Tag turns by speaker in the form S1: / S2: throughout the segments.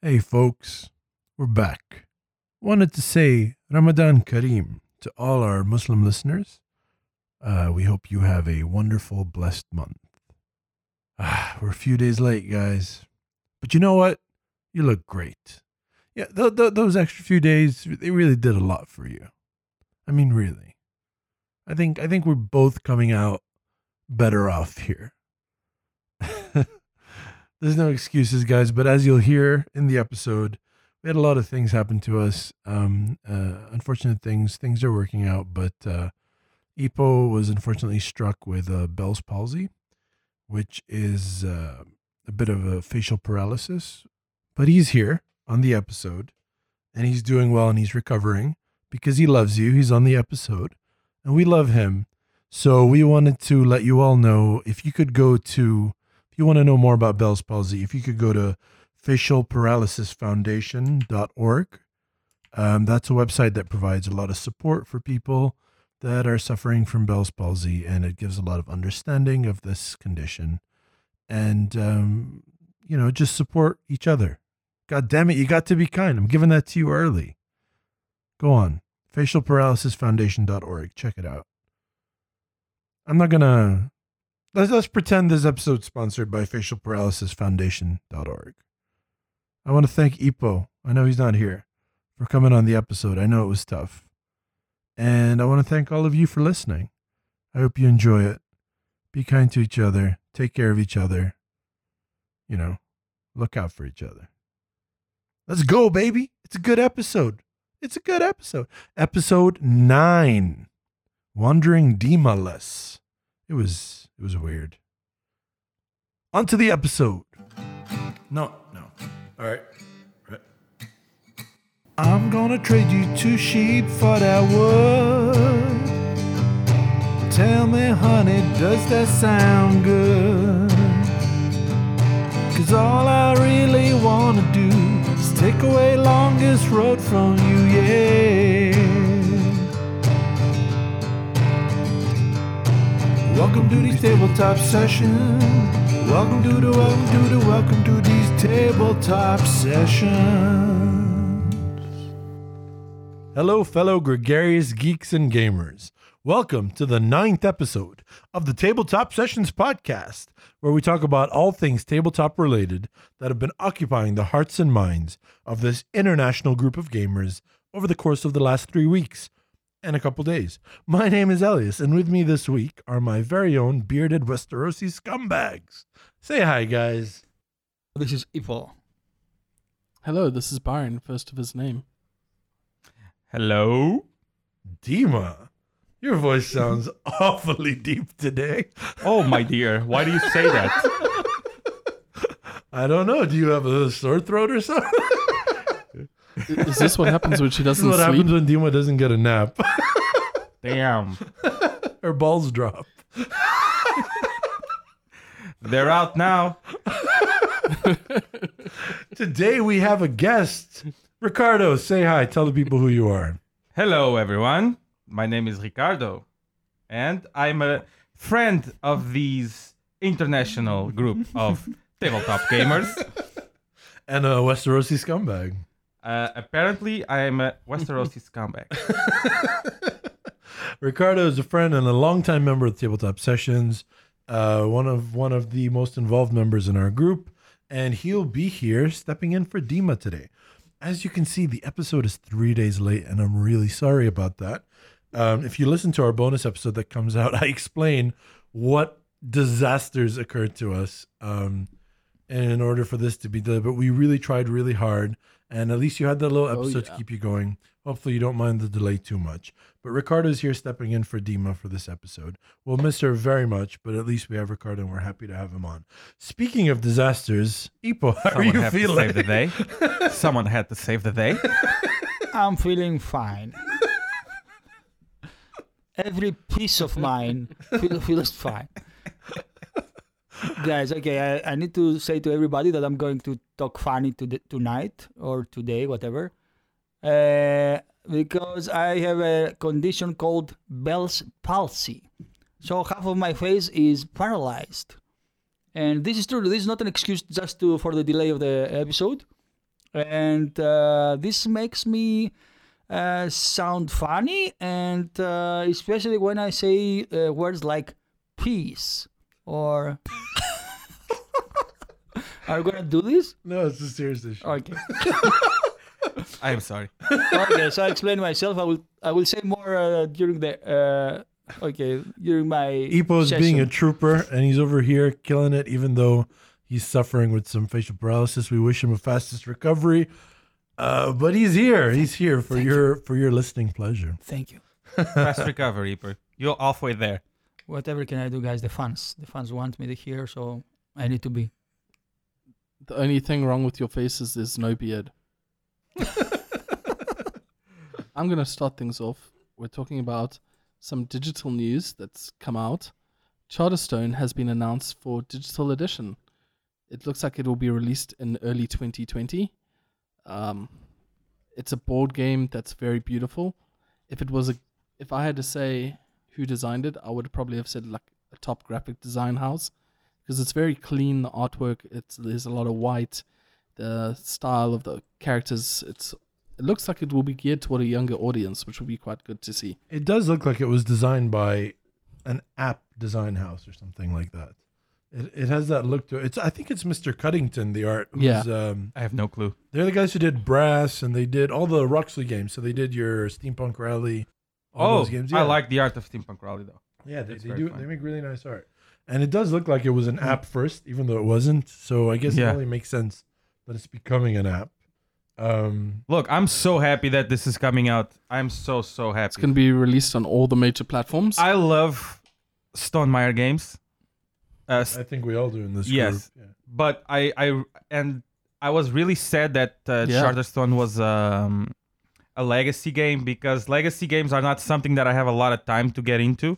S1: Hey, folks, we're back. Wanted to say Ramadan Kareem to all our Muslim listeners. Uh, we hope you have a wonderful, blessed month. Ah, we're a few days late, guys. But you know what? You look great. Yeah, th- th- those extra few days, they really did a lot for you. I mean, really. I think I think we're both coming out better off here. There's no excuses, guys. But as you'll hear in the episode, we had a lot of things happen to us. Um, uh, unfortunate things. Things are working out, but uh, Ipo was unfortunately struck with uh, Bell's palsy, which is uh, a bit of a facial paralysis. But he's here on the episode, and he's doing well, and he's recovering because he loves you. He's on the episode, and we love him. So we wanted to let you all know if you could go to if you want to know more about Bell's palsy, if you could go to facialparalysisfoundation.org. Um, that's a website that provides a lot of support for people that are suffering from Bell's palsy, and it gives a lot of understanding of this condition. And, um, you know, just support each other. God damn it, you got to be kind. I'm giving that to you early. Go on, facialparalysisfoundation.org. Check it out. I'm not going to Let's, let's pretend this episode's sponsored by facialparalysisfoundation.org. I want to thank Ipo. I know he's not here for coming on the episode. I know it was tough. And I want to thank all of you for listening. I hope you enjoy it. Be kind to each other. Take care of each other. You know, look out for each other. Let's go, baby. It's a good episode. It's a good episode. Episode 9 Wandering Demaless. It was it was weird. On to the episode. No, no. All right. Right. I'm gonna trade you two sheep for that wood. Tell me, honey, does that sound good? Cause all I really wanna do is take away longest road from you, yeah. Welcome to these tabletop sessions. Welcome to the welcome to the welcome to these tabletop sessions. Hello, fellow gregarious geeks and gamers. Welcome to the ninth episode of the Tabletop Sessions podcast, where we talk about all things tabletop related that have been occupying the hearts and minds of this international group of gamers over the course of the last three weeks and a couple days. My name is Elias, and with me this week are my very own bearded Westerosi scumbags. Say hi, guys.
S2: This is evil.
S3: Hello, this is Byron, first of his name.
S2: Hello.
S1: Dima, your voice sounds awfully deep today.
S2: Oh my dear, why do you say that?
S1: I don't know. Do you have a sore throat or something?
S3: I- Is this what happens when she
S1: this is
S3: doesn't
S1: what
S3: sleep?
S1: happens when Dima doesn't get a nap.
S2: Damn.
S1: Her balls drop.
S2: They're out now.
S1: Today we have a guest. Ricardo, say hi. Tell the people who you are.
S2: Hello everyone. My name is Ricardo and I'm a friend of these international group of tabletop gamers.
S1: And a Westerosi scumbag.
S2: Uh, apparently I am a Westerosi scumbag.
S1: Ricardo is a friend and a longtime member of Tabletop Sessions, uh, one of one of the most involved members in our group, and he'll be here stepping in for Dima today. As you can see, the episode is three days late, and I'm really sorry about that. Um, if you listen to our bonus episode that comes out, I explain what disasters occurred to us. Um, and in order for this to be delivered, but we really tried really hard, and at least you had that little
S2: Oh,
S1: episode to
S3: yeah.
S1: keep you going. Hopefully, you don't mind the delay too much. But Ricardo's here stepping in for Dima for this episode. We'll miss her very much, but at least we have Ricardo, and we're happy to have him on. Speaking of disasters, Ipo, how
S2: Someone
S1: are you
S2: had
S1: feeling?
S2: to save the day. Someone had to save the day.
S4: I'm feeling fine. Every piece of mine feel, feels fine. Guys, okay, I, I need to say to everybody that I'm going to talk funny to tonight or today, whatever, uh, because I have a condition called Bell's palsy. So half of my face is paralyzed, and this is true. This is not an excuse just to for the delay of the episode. and uh, this makes me uh, sound funny, and uh, especially when I say uh, words like peace or. Are you gonna do this?
S1: No, it's a serious issue.
S4: Okay.
S2: I'm sorry.
S4: okay, so I explain myself. I will I will say more uh, during the uh, okay during my
S1: Ipo's being a
S4: session.
S1: trooper and he's over here killing it, even though he's suffering with some facial paralysis. We wish him a fastest recovery. Uh, but he's here. He's here for your for your listening pleasure.
S4: Thank you.
S2: Fast recovery, Iper. You're halfway there.
S4: Whatever can I do, guys? The fans, the fans want me to hear, so I need to be.
S3: The only thing wrong with your face is there's no beard. I'm going to start things off. We're talking about some digital news that's come out. Charterstone has been announced for digital edition. It looks like it will be released in early 2020. Um, it's a board game that's very beautiful. If it was a, if I had to say who designed it, I would probably have said like a top graphic design house because it's very clean the artwork it's there's a lot of white the style of the characters it's it looks like it will be geared toward a younger audience which will be quite good to see
S1: It does look like it was designed by an app design house or something like that. It, it has that look to it. It's I think it's Mr. Cuddington, the art. Who's,
S3: Yeah.
S1: Um,
S2: I have no clue.
S1: They're the guys who did Brass and they did all the Roxley games. So they did your Steampunk Rally, all
S2: oh,
S1: those games.
S2: I like the art of steampunk rally though.
S1: Yeah, they,
S2: It's
S1: they
S2: very
S1: do.
S2: fun.
S1: They make really nice art, and it does look like it was an app first, even though it wasn't. So I guess
S2: Yeah.
S1: it only makes sense that it's becoming an app. Um,
S2: Look, I'm so happy that this is coming out. I'm so so happy.
S3: it's going to be released on all the major platforms
S2: I love Stone Meyer games. Uh, s-
S1: I think we all do in this. Group.
S2: Yes.
S1: Yeah.
S2: but I I and I was really sad that uh,
S3: Yeah.
S2: Charterstone was um, a legacy game because legacy games are not something that I have a lot of time to get into.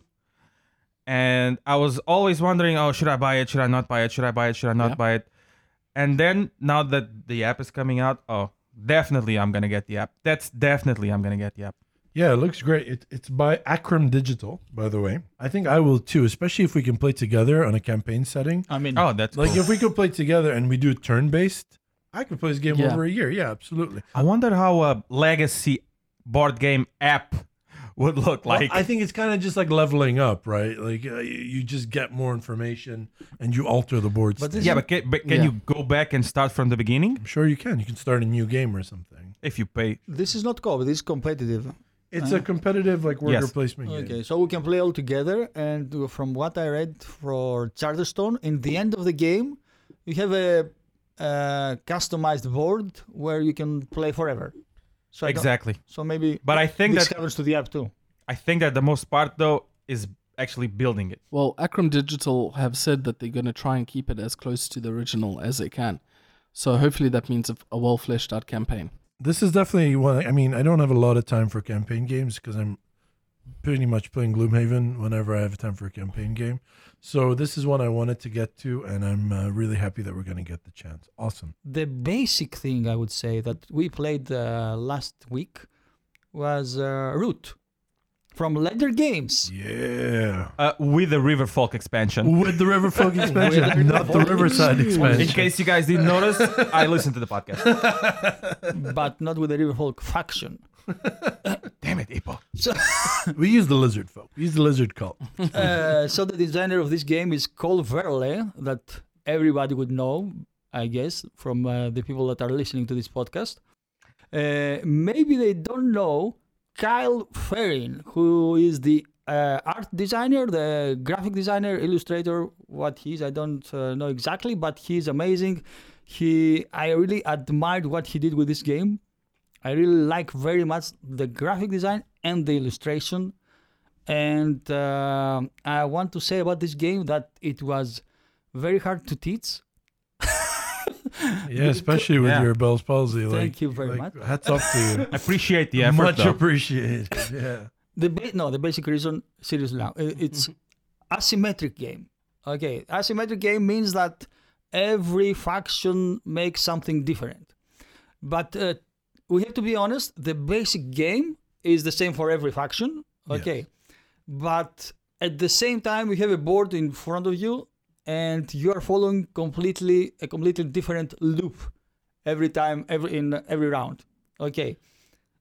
S2: And I was always wondering, oh, should I buy it? Should I not buy it? Should I buy it? Should I not
S3: Yeah.
S2: buy it? And then now that the app is coming out, oh, definitely I'm gonna get the app. That's definitely I'm gonna get the app.
S1: Yeah, it looks great. It, it's by Akram Digital, by the way. I think I will too, especially if we can play together on a campaign setting.
S4: I mean,
S2: Oh, that's
S1: Like
S2: cool.
S1: if we could play together and we do turn based, I could play this game
S3: Yeah.
S1: over a year. Yeah, absolutely.
S2: I wonder how a legacy board game app would look
S1: Well,
S2: like.
S1: I think it's kind of just like leveling up, right? Like uh, you- you just get more information and you alter the board.
S4: But
S1: state.
S2: yeah, but can, but can
S3: Yeah.
S2: you go back and start from the beginning
S1: I'm sure you can. You can start a new game or something.
S2: if you pay?
S4: this is not co This is competitive.
S1: It's
S4: Uh,
S1: a competitive like worker
S2: Yes.
S1: placement game.
S4: Okay, so we can play all together. And from what I read for Charterstone, in the end of the game, you have a, uh customized board where you can play forever. So I don't-
S2: Exactly.
S1: uh,
S4: So maybe
S2: But I think
S4: this
S2: that
S4: happens to the app too.
S2: I think that the most part though is actually building it.
S3: well akram digital have said that they're going to try and keep it as close to the original as they can so hopefully that means a, a well fleshed out campaign
S1: This is definitely one. I mean, I don't have a lot of time for campaign games because I'm pretty much playing Gloomhaven whenever I have time for a campaign game. So this is one I wanted to get to, and I'm uh, really happy that we're going to get the chance. Awesome.
S4: the basic thing I would say that we played uh, last week was uh, Root from Leather Games.
S1: Yeah.
S2: Uh, with the Riverfolk expansion.
S1: With the Riverfolk expansion, not the Riverside
S2: In
S1: expansion.
S2: case you guys didn't notice, I listened to the podcast.
S4: but not with the Riverfolk faction.
S2: Damn it, Ipo.
S1: We use the lizard folk. We use the lizard cult.
S4: Uh, so the designer of this game is Cole Verle, that everybody would know, I guess, from uh, the people that are listening to this podcast. Uh, maybe they don't know Kyle Ferrin, who is the uh, art designer, the graphic designer, illustrator. What he is, I don't uh, know exactly, but he's amazing. He, I really admired what he did with this game. I really like very much the graphic design and the illustration and um I want to say about this game that it was very hard to teach.
S1: Yeah, especially with
S2: Yeah.
S1: your Bell's palsy. Thank
S4: you very much.
S1: Hats off to
S2: I appreciate the
S1: you.
S2: effort
S1: Much
S2: though.
S1: appreciated. Yeah.
S4: The ba- no, the basic reason, seriously now, i- it's asymmetric game. Okay, asymmetric game means that every faction makes something different. But uh, we have to be honest. The basic game is the same for every faction. Okay, but at the same time, you have a board in front of you, and you are following completely a completely different loop every time, every in every round. Okay.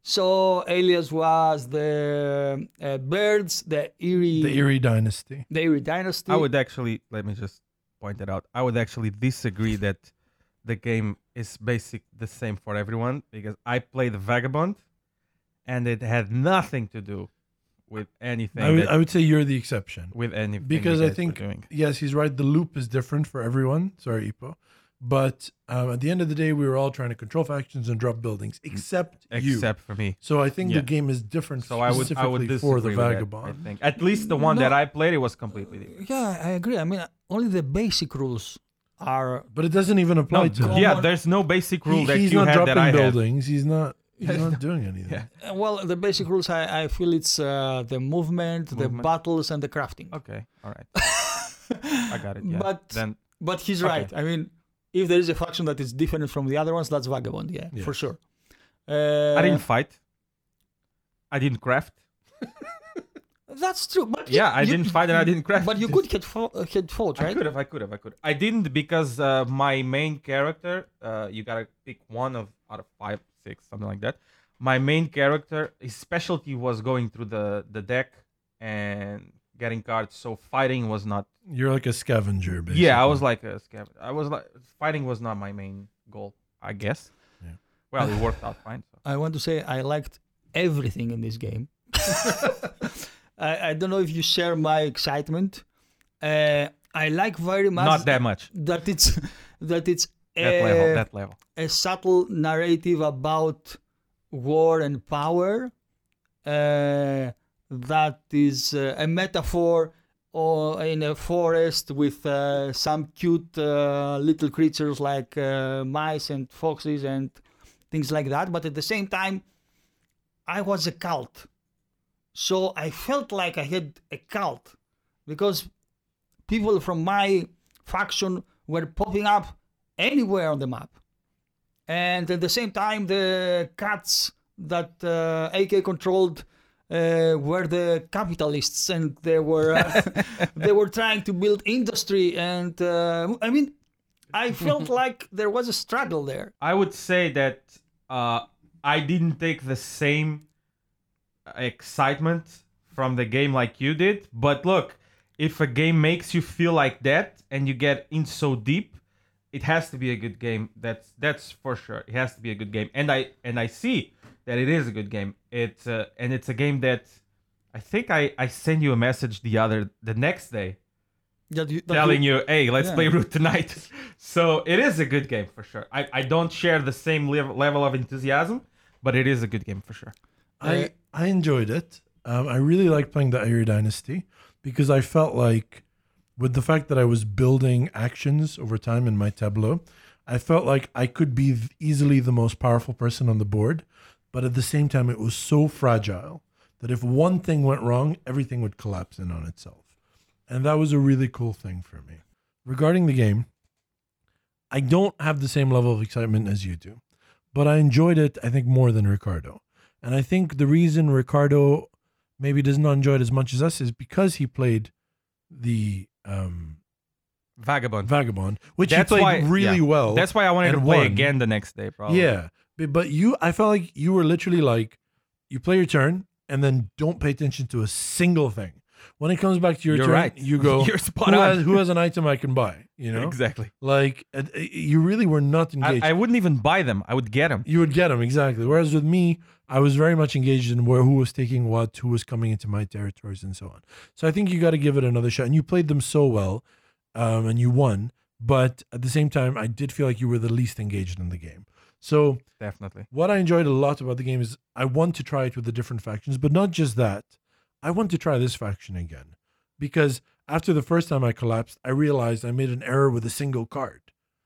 S4: So Alias was the uh, birds, the Erie,
S1: The Erie Dynasty.
S4: the Erie dynasty.
S2: I would actually let me just point that out. I would actually disagree that the game is basic the same for everyone because I played Vagabond, and it had nothing to do with anything
S1: I would,
S2: that-
S1: I would say you're the exception.
S2: with anything
S1: because
S2: you
S1: I
S2: guys were
S1: think
S2: doing.
S1: yes, he's right. The loop is different for everyone. Sorry, Ipo, but um, at the end of the day, we were all trying to control factions and drop buildings, except you.
S2: Mm, except for me.
S1: so I think
S2: Yeah.
S1: the game is different
S2: So I would I
S1: specifically
S2: would disagree
S1: for the
S2: with that,
S1: vagabond.
S2: I think at least the one
S4: No.
S2: that I played it was completely different.
S4: yeah, I agree. I mean, only the basic rules are.
S1: but it doesn't even apply
S2: No,
S1: to him.
S2: yeah,
S4: Common-
S2: there's no basic rule
S1: He-
S2: that
S1: he's
S2: you
S1: not
S2: had
S1: dropping
S2: that I had.
S1: buildings. He's not. He's not doing anything.
S2: Yeah.
S4: uh, Well, the basic rules I, I feel it's uh, the movement, the
S2: Movement.
S4: battles, and the crafting.
S2: Okay, all right. I got it. Yeah.
S4: But-
S2: then
S4: But he's
S2: Okay.
S4: right. I mean, if there is a faction that is different from the other ones, that's Vagabond, yeah,
S1: Yeah.
S4: for sure. Uh,
S2: I didn't fight. I didn't craft.
S4: Uh, That's true. But
S2: Yeah, I
S4: you-
S2: didn't fight and I didn't craft.
S4: But you could head, fo- head fault,
S2: I
S4: right?
S2: could have. I could have. I could. I didn't because uh, my main character. Uh, you gotta pick one of out of five, six, something like that. My main character, his specialty was going through the the deck and getting cards. So fighting was not.
S1: You're like a scavenger. Basically.
S2: Yeah, I was like a scam. I was like fighting was not my main goal. I guess.
S1: Yeah.
S2: Well, it worked out fine. So.
S4: I want to say I liked everything in this game. I, I don't know if you share my excitement. Uh, I like very much
S2: Not that much.
S4: that it's that it's
S2: That
S4: a,
S2: level. That level.
S4: a subtle narrative about war and power uh, that is uh, a metaphor or in a forest with uh, some cute uh, little creatures like uh, mice and foxes and things like that but at the same time i was a cult so i felt like i had a cult because people from my faction were popping up anywhere on the map and at the same time the cats that uh, AK controlled uh, were the capitalists, and they were uh, they were trying to build industry, and uh, I mean, I felt like there was a struggle there.
S2: I would say that uh, I didn't take the same excitement from the game like you did. But look, if a game makes you feel like that and you get in so deep, it has to be a good game. That's that's for sure. It has to be a good game, and I and I see that it is a good game. It's uh, and it's a game that I think I I sent you a message the other the next day
S4: That you, that
S2: telling you, hey, let's
S4: Yeah.
S2: play Root tonight. so it is a good game for sure. I, I don't share the same lev- level of enthusiasm, but it is a good game for sure.
S1: I
S4: Uh,
S1: I enjoyed it. Um, I really liked playing the Irie Dynasty because I felt like, with the fact that I was building actions over time in my tableau, I felt like I could be th- easily the most powerful person on the board, but at the same time, it was so fragile that if one thing went wrong, everything would collapse in on itself, and that was a really cool thing for me. Regarding the game, I don't have the same level of excitement as you do, but I enjoyed it. I think more than Ricardo. And I think the reason Ricardo maybe does not enjoy it as much as us is because he played the um,
S2: Vagabond.
S1: Vagabond, which
S2: That's
S1: he played
S2: why-
S1: really
S2: yeah.
S1: well.
S2: That's why I wanted to
S1: and
S2: play
S1: won.
S2: again the next day, probably.
S1: yeah. But, but you, I felt like you were literally like, you play your turn and then don't pay attention to a single thing. When it comes back to your
S2: You're
S1: turn,
S2: right.
S1: you go,
S2: You're spot
S1: who
S2: on.
S1: has, who has an item I can buy? You know,
S2: Exactly.
S1: like uh, uh, you really were not
S2: I,
S1: engaged.
S2: I wouldn't even buy them. I would get them.
S1: You would get them exactly. Whereas with me, I was very much engaged in where who was taking what, who was coming into my territories, and so on. So I think you got to give it another shot. And you played them so well, um, and you won. But at the same time, I did feel like you were the least engaged in the game. So
S2: Definitely.
S1: what I enjoyed a lot about the game is I want to try it with the different factions, but not just that. I want to try this faction again because after the first time I collapsed, I realized I made an error with a single card.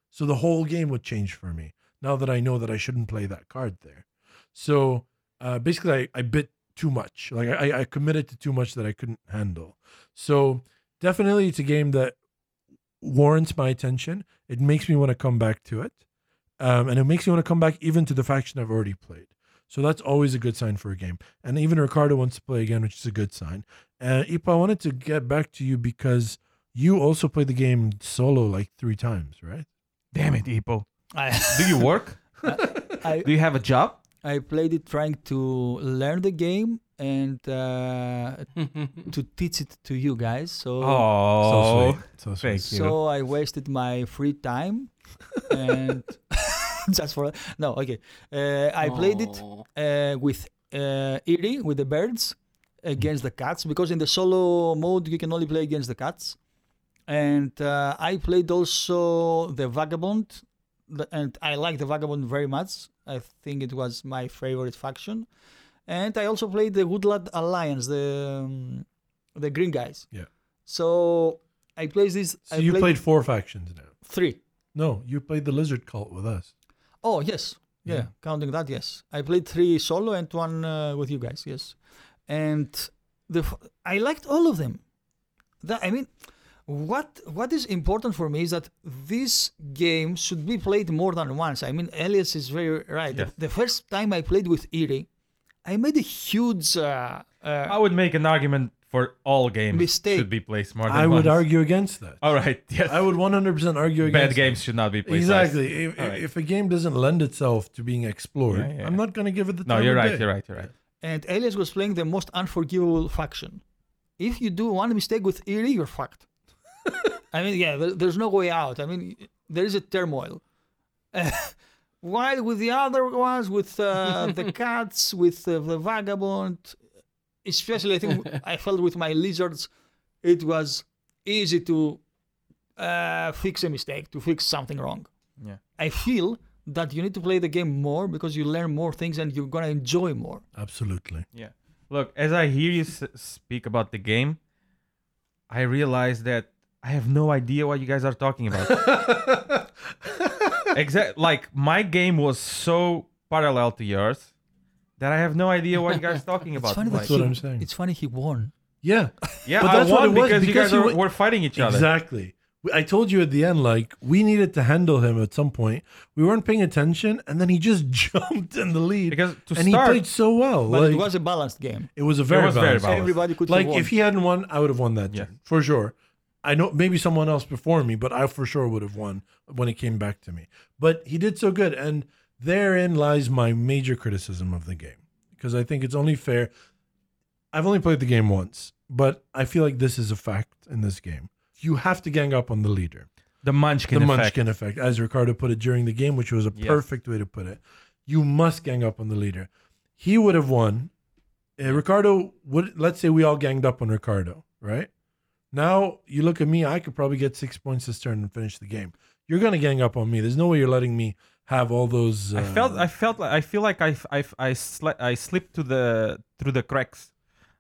S1: So the whole game would change for me now that I know that I shouldn't play that card there. So uh, basically, I, I bit too much. Like I, I committed to too much that I couldn't handle. So definitely, it's a game that warrants my attention. It makes me want to come back to it um, and it makes me want to come back even to the faction I've already played. So that's always a good sign for a game. And even Ricardo wants to play again, which is a good sign. Uh, Ipa, I wanted to get back to you because you also played the game solo like three times, right?
S2: Damn it, Ipo.
S4: I,
S2: Do you work?
S4: I,
S2: Do you have a job?
S4: I played it trying to learn the game and uh, to teach it to you guys. So
S2: Oh,
S1: so sweet. So sweet.
S2: thank you.
S4: so I wasted my free time and just for no okay. Uh, I played it
S3: Aw.
S4: uh, with uh, Eerie with the birds against the cats because in the solo mode you can only play against the cats. And uh, I played also the vagabond, the- and I like the vagabond very much. I think it was my favorite faction. And I also played the Woodland Alliance, the um, the green guys.
S1: Yeah.
S4: So I played this.
S1: So
S4: I
S1: you played, four factions now.
S4: three.
S1: No, you played the lizard cult with us.
S4: Oh yes, yeah.
S1: Yeah.
S4: Counting that, yes. I played three solo and one uh, with you guys, yes. And the f- I liked all of them. That I mean, what what is important for me is that this game should be played more than once. I mean, Elias is very right.
S2: Yes.
S4: The, the first time I played with Iri, I made a huge. Uh,
S2: I
S4: uh,
S2: would make an argument for all games
S4: Mistake.
S2: should be placed more than
S1: I would
S2: once.
S1: argue against that.
S2: All right. Yes.
S1: I would 100% argue against
S2: Oh. Bad games should not be
S1: That.
S2: played.
S1: Exactly. If,
S2: All right.
S1: if a game doesn't lend itself to being explored,
S2: Yeah, yeah,
S1: I'm
S2: yeah.
S1: not going to give it the
S2: No,
S1: time
S2: you're
S1: of
S2: right.
S1: day.
S2: You're right. You're right.
S4: and Elias was playing the most unforgivable faction. If you do one mistake with Iri, you're fucked. I mean, yeah, there, there's no way out. I mean, there is a turmoil. while with the other ones, with uh, the cats, with uh, the vagabond, especially I think I felt with my lizards, it was easy to uh, fix a mistake, to fix something wrong.
S2: Yeah.
S4: I feel that you need to play the game more because you learn more things and you're gonna enjoy more.
S1: Absolutely.
S2: Yeah. Look, as I hear you s- speak about the game, I realize that I have no idea what you guys are talking about. exact. Like my game was so parallel to yours that I have no idea what you guys are talking about.
S4: It's funny
S2: Like,
S1: That's
S4: that
S1: what
S4: he,
S1: I'm saying.
S4: It's funny he won.
S1: Yeah.
S2: yeah,
S1: But
S2: I
S1: that's what
S2: won
S1: it was,
S2: because, you
S1: because
S2: guys
S1: you
S2: are,
S1: went-
S2: were fighting each other.
S1: Exactly. We- I told you at the end, like, we needed to handle him at some point. We weren't paying attention, and then he just jumped in the lead.
S2: Because to
S1: and
S2: start-
S1: he played so well.
S4: But
S1: like,
S4: it was a balanced game.
S1: it was a very,
S2: was very
S1: balanced-
S2: balanced.
S4: Everybody could
S1: Like,
S4: have won.
S1: if he hadn't won, I would have won that
S2: Yeah.
S1: turn, for sure. I know maybe someone else before me, but I for sure would have won when it came back to me. But he did so good, and therein lies my major criticism of the game because I think it's only fair. I've only played the game once, but I feel like this is a fact in this game. You have to gang up on the leader
S2: The Munchkin
S1: the
S2: effect.
S1: munchkin effect, as Ricardo put it during the game, which was a
S2: Yes.
S1: perfect way to put it. You must gang up on the leader. He would have won. Uh, Ricardo would. Let's say we all ganged up on Ricardo, right? Now you look at me. I could probably get six points this turn and finish the game. You're gonna gang up on me. There's no way you're letting me have all those. Uh,
S2: I felt. I felt. like I feel like I. I. I, sli- I slipped to the through the cracks.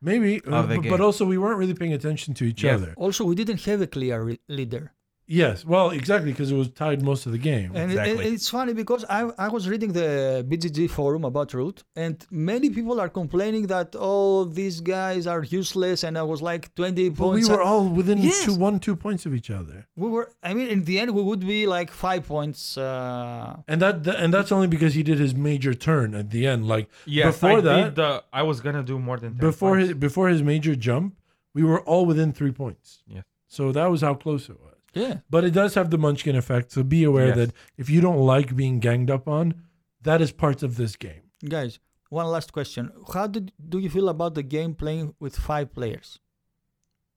S1: maybe, uh,
S2: the
S1: but, but
S2: game.
S1: also we weren't really paying attention to each
S2: Yes.
S1: other.
S4: Also, we didn't have a clear re- leader.
S1: Yes, well, exactly because it was tied most of the game.
S4: And it-
S2: Exactly.
S4: it- it's funny because I, I was reading the BGG forum about Root, and many people are complaining that, oh, these guys are useless. And I was like 20
S1: but we
S4: points.
S1: were all within
S4: Yes.
S1: two, one, two points of each other.
S4: we were, I mean, in the end, we would be like five points. Uh,
S1: And that th- and that's only because he did his major turn at the end. Like
S2: Yes,
S1: before
S2: I
S1: that,
S2: did the, I was gonna do more than 10
S1: before
S2: points.
S1: his before his major jump, we were all within three points.
S2: Yeah.
S1: So that was how close it was.
S4: yeah.
S1: But it does have the Munchkin effect. So be aware
S2: Yes.
S1: that if you don't like being ganged up on, that is part of this game.
S4: Guys, one last question. How did, do you feel about the game playing with five players?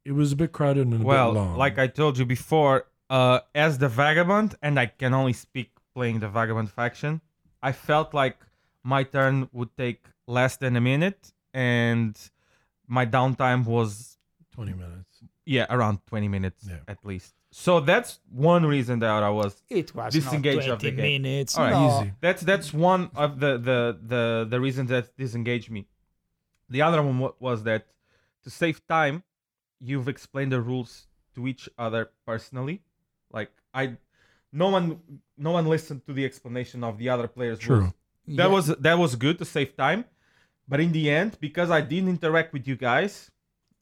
S1: It was a bit crowded and a
S2: well
S1: bit long.
S2: like i told you before uh as the vagabond and i can only speak playing the vagabond faction i felt like my turn would take less than a minute and my downtime was
S1: twenty minutes.
S2: yeah around 20 minutes
S1: Yeah.
S2: at least so that's one reason that i was
S4: It was
S2: Disengage
S4: not 20
S2: of the game.
S4: minutes.
S2: All right.
S4: no.
S1: Easy.
S2: that's that's one of the the the the reasons that disengaged me the other one wa- was that to save time you've explained the rules to each other personally like i no one no one listened to the explanation of the other players
S1: True.
S2: rules.
S4: Yeah.
S2: that was that was good to save time but in the end because i didn't interact with you guys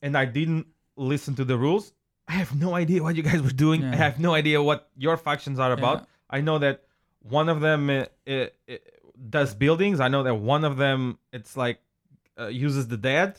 S2: and i didn't listen to the rules i have no idea what you guys were doing i
S4: Yeah.
S2: have no idea what your factions are about I know that one of them uh, uh, uh, does buildings. I know that one of them it's like uh, uses the dead.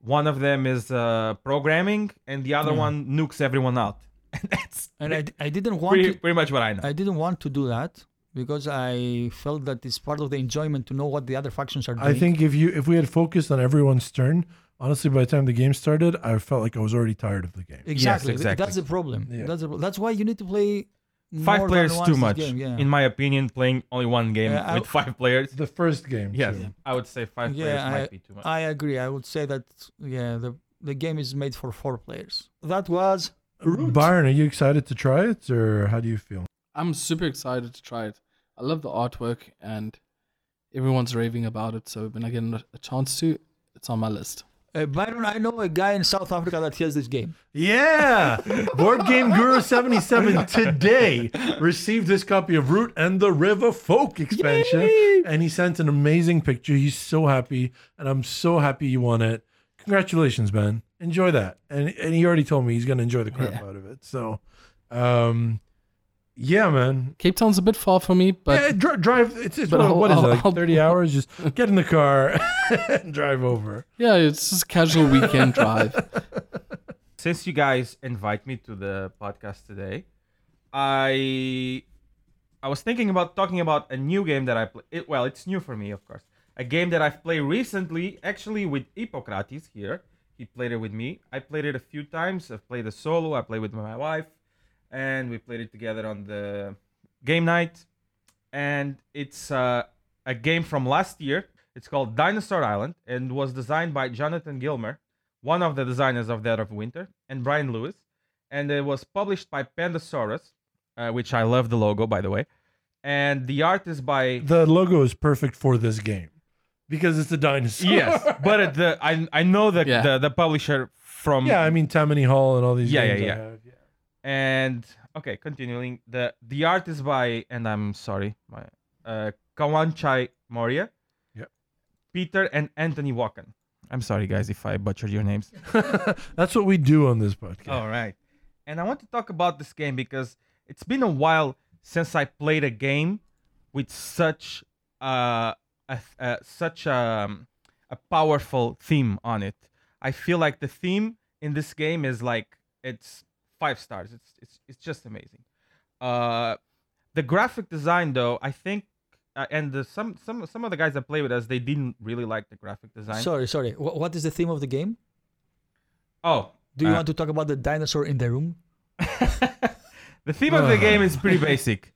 S2: One of them is uh, programming, and the other
S4: Yeah.
S2: one nukes everyone out. And that's
S4: And I, I didn't want
S2: pretty,
S4: to,
S2: pretty much what I know.
S4: I didn't want to do that because I felt that it's part of the enjoyment to know what the other factions are doing.
S1: I think if you if we had focused on everyone's turn, honestly, by the time the game started, I felt like I was already tired of the game.
S4: exactly, th-
S2: exactly.
S4: that's the problem.
S1: Yeah.
S4: That's the pro- that's why you need to play more
S2: Five
S4: than
S2: players
S4: once
S2: too
S4: this
S2: much,
S4: game, yeah.
S2: in my opinion. Playing only one game
S4: Yeah, I-
S2: with five players.
S1: The first game.
S2: Yes,
S1: too.
S2: I would say five
S4: Yeah,
S2: players
S4: I-
S2: might be too much.
S4: I agree. I would say that yeah, the the game is made for four players. That was
S1: Byron, are you excited to try it, or how do you feel?
S3: I'm super excited to try it. I love the artwork and everyone's raving about it. So when I get a a chance to, it's on my list.
S4: uh, Byron. I know a guy in South Africa that has this game.
S1: Yeah, Board Game Guru seventy seven today received this copy of Root and the River Folk expansion, and he sent an amazing picture. He's so happy, and I'm so happy you won it. Congratulations, man! Enjoy that, and and he already told me he's gonna enjoy the crap out of it. So, um, yeah, man.
S3: Cape Town's a bit far for me, but
S1: yeah, dri- drive. It's, it's
S3: but
S1: what,
S3: I'll-
S1: what is it?
S3: I'll-
S1: Like
S3: I'll-
S1: Thirty hours? Just get in the car and drive over.
S3: yeah, it's just a casual weekend drive.
S2: Since you guys invite me to the podcast today, I I was thinking about talking about a new game that I play. It, well, it's new for me, of course. A game that I've played recently, actually with Hippocrates here. He played it with me. I played it a few times. I've played a solo. I played with my wife, and we played it together on the game night. And it's uh, a game from last year. It's called Dinosaur Island and was designed by Jonathan Gilmer, one of the designers of Dead of Winter, and Brian Lewis. And it was published by Pandasaurus, uh, which I love the logo, by the way. And the art is by
S1: The logo is perfect for this game because it's a dinosaur.
S2: yes, but at the I I know the
S3: Yeah.
S2: the, the publisher from
S1: Yeah, I mean Tammany Hall and all these.
S2: Yeah,
S1: games
S2: yeah,
S1: I
S2: yeah.
S1: have,
S2: and okay, continuing the the art is by and I'm sorry my uh Kawanchai Moria,
S1: Yep.
S2: Peter and Anthony Walken. I'm sorry guys if I butchered your names.
S1: That's what we do on this podcast.
S2: All right. And I want to talk about this game because it's been a while since I played a game with such uh, a uh, such um, a powerful theme on it. I feel like the theme in this game is like it's five stars. It's it's it's just amazing. Uh, the graphic design though, I think uh, and the, some some some of the guys that play with us, they didn't really like the graphic design.
S4: Sorry, sorry. Wh- what is the theme of the game?
S2: oh,
S4: Do you
S2: Uh,
S4: want to talk about the dinosaur in the room?
S2: the theme of the game is pretty basic.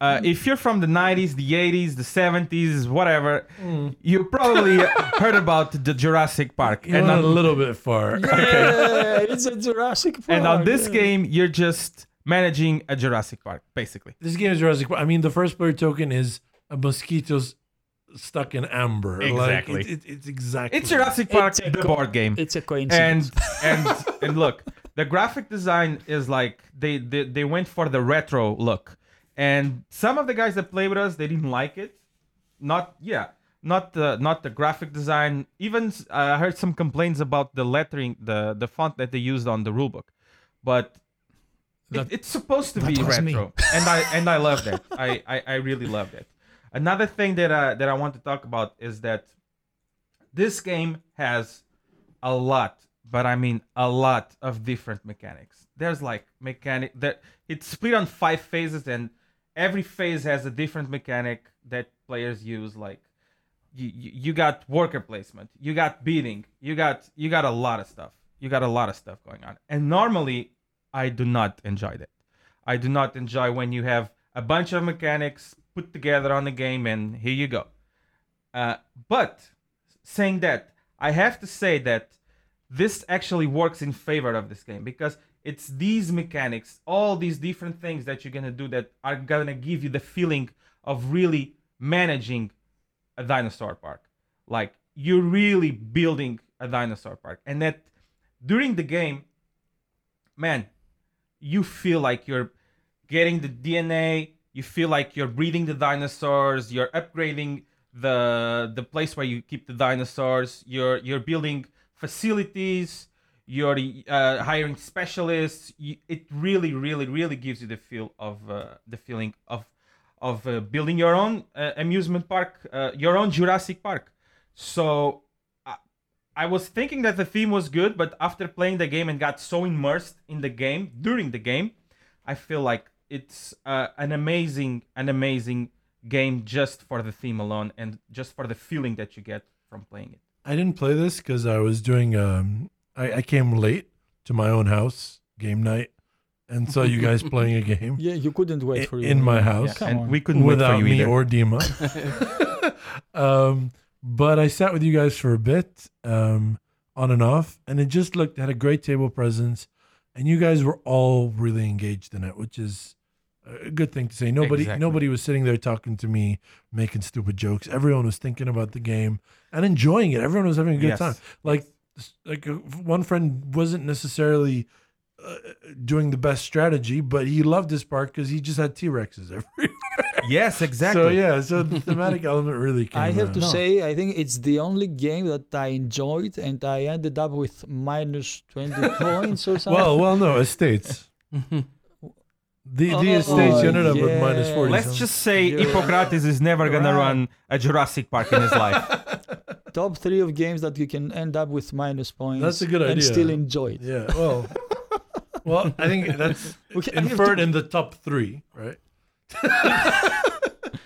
S2: Uh, if you're from the 90s, the 80s, the 70s, whatever,
S4: Mm.
S2: you probably heard about the Jurassic Park.
S1: and
S2: and
S1: not
S2: on,
S1: a little bit far.
S4: Yeah, it's a Jurassic Park.
S2: and on this
S4: yeah.
S2: game, you're just managing a Jurassic Park, basically.
S1: This game is Jurassic. Park. I mean, the first player token is a mosquito's stuck in amber. Like,
S2: Exactly.
S1: it- it- it's exactly.
S2: It's Jurassic Park,
S4: Hmm. It's a
S2: the
S4: co-
S2: board game.
S4: it's a coincidence.
S2: and and and look the graphic design is like they, they they went for the retro look and some of the guys that play with us they didn't like it not yeah not the not the graphic design even uh, i heard some complaints about the lettering the the font that they used on the rulebook but it-
S4: That-
S2: it's supposed to be
S4: was me.
S2: retro and i and i love that I, I i really love that another thing that i that i want to talk about is that this game has a lot but i mean a lot of different mechanics there's like mechanic that it's split on five phases and every phase has a different mechanic that players use like you, you you got worker placement you got beating you got you got a lot of stuff you got a lot of stuff going on and normally i do not enjoy that i do not enjoy when you have a bunch of mechanics put together on the game and here you go uh, but saying that, I have to say that this actually works in favor of this game because it's these mechanics, all these different things that you're gonna do that are gonna give you the feeling of really managing a dinosaur park. Like you're really building a dinosaur park, and that during the game, man, you feel like you're getting the DNA. You feel like you're breeding the dinosaurs. You're upgrading the the place where you keep the dinosaurs. You're you're building facilities. You're uh, hiring specialists. You, it really, really, really gives you the feel of uh, the feeling of of uh, building your own uh, amusement park, uh, your own Jurassic Park. So I, I was thinking that the theme was good, but after playing the game and got so immersed in the game during the game, I feel like it's uh, an amazing, an amazing game just for the theme alone and just for the feeling that you get from playing it.
S1: I didn't play this because I was doing. Um, I, I came late to my own house game night and saw you guys playing a game
S4: Yeah, you couldn't wait
S1: i-
S4: for
S1: in my
S3: Oh,
S2: Yeah,
S1: house
S4: Come
S2: and
S4: on.
S2: we couldn't wait for
S1: without
S2: you
S1: me
S2: either.
S1: or Dima. um, but I sat with you guys for a bit, um, on and off, and it just looked had a great table presence, and you guys were all really engaged in it, which is a good thing to say. Nobody
S2: Exactly.
S1: nobody was sitting there talking to me, making stupid jokes. Everyone was thinking about the game and enjoying it. Everyone was having a good
S2: Yes.
S1: time. Like like uh, one friend wasn't necessarily uh, doing the best strategy, but he loved this part because he just had T Rexes everywhere.
S2: yes, exactly.
S1: So yeah, so the thematic element really came.
S4: I have
S1: out.
S4: to
S2: No.
S4: say, I think it's the only game that I enjoyed, and I ended up with minus 20 points or something.
S1: Well, well, no estates. The the
S4: Oh,
S1: estates you ended up with
S4: yeah.
S1: minus forty.
S2: Let's just say
S4: You're-
S2: Hippocrates is never gonna
S4: Right.
S2: run a Jurassic Park in his life.
S4: top three of games that you can end up with minus points.
S1: a good
S4: and
S1: idea.
S4: still enjoy it.
S1: yeah. Well, well, I think that's
S4: Okay, I have
S1: inferred
S4: to-
S1: in the top three, right?
S4: But,
S3: I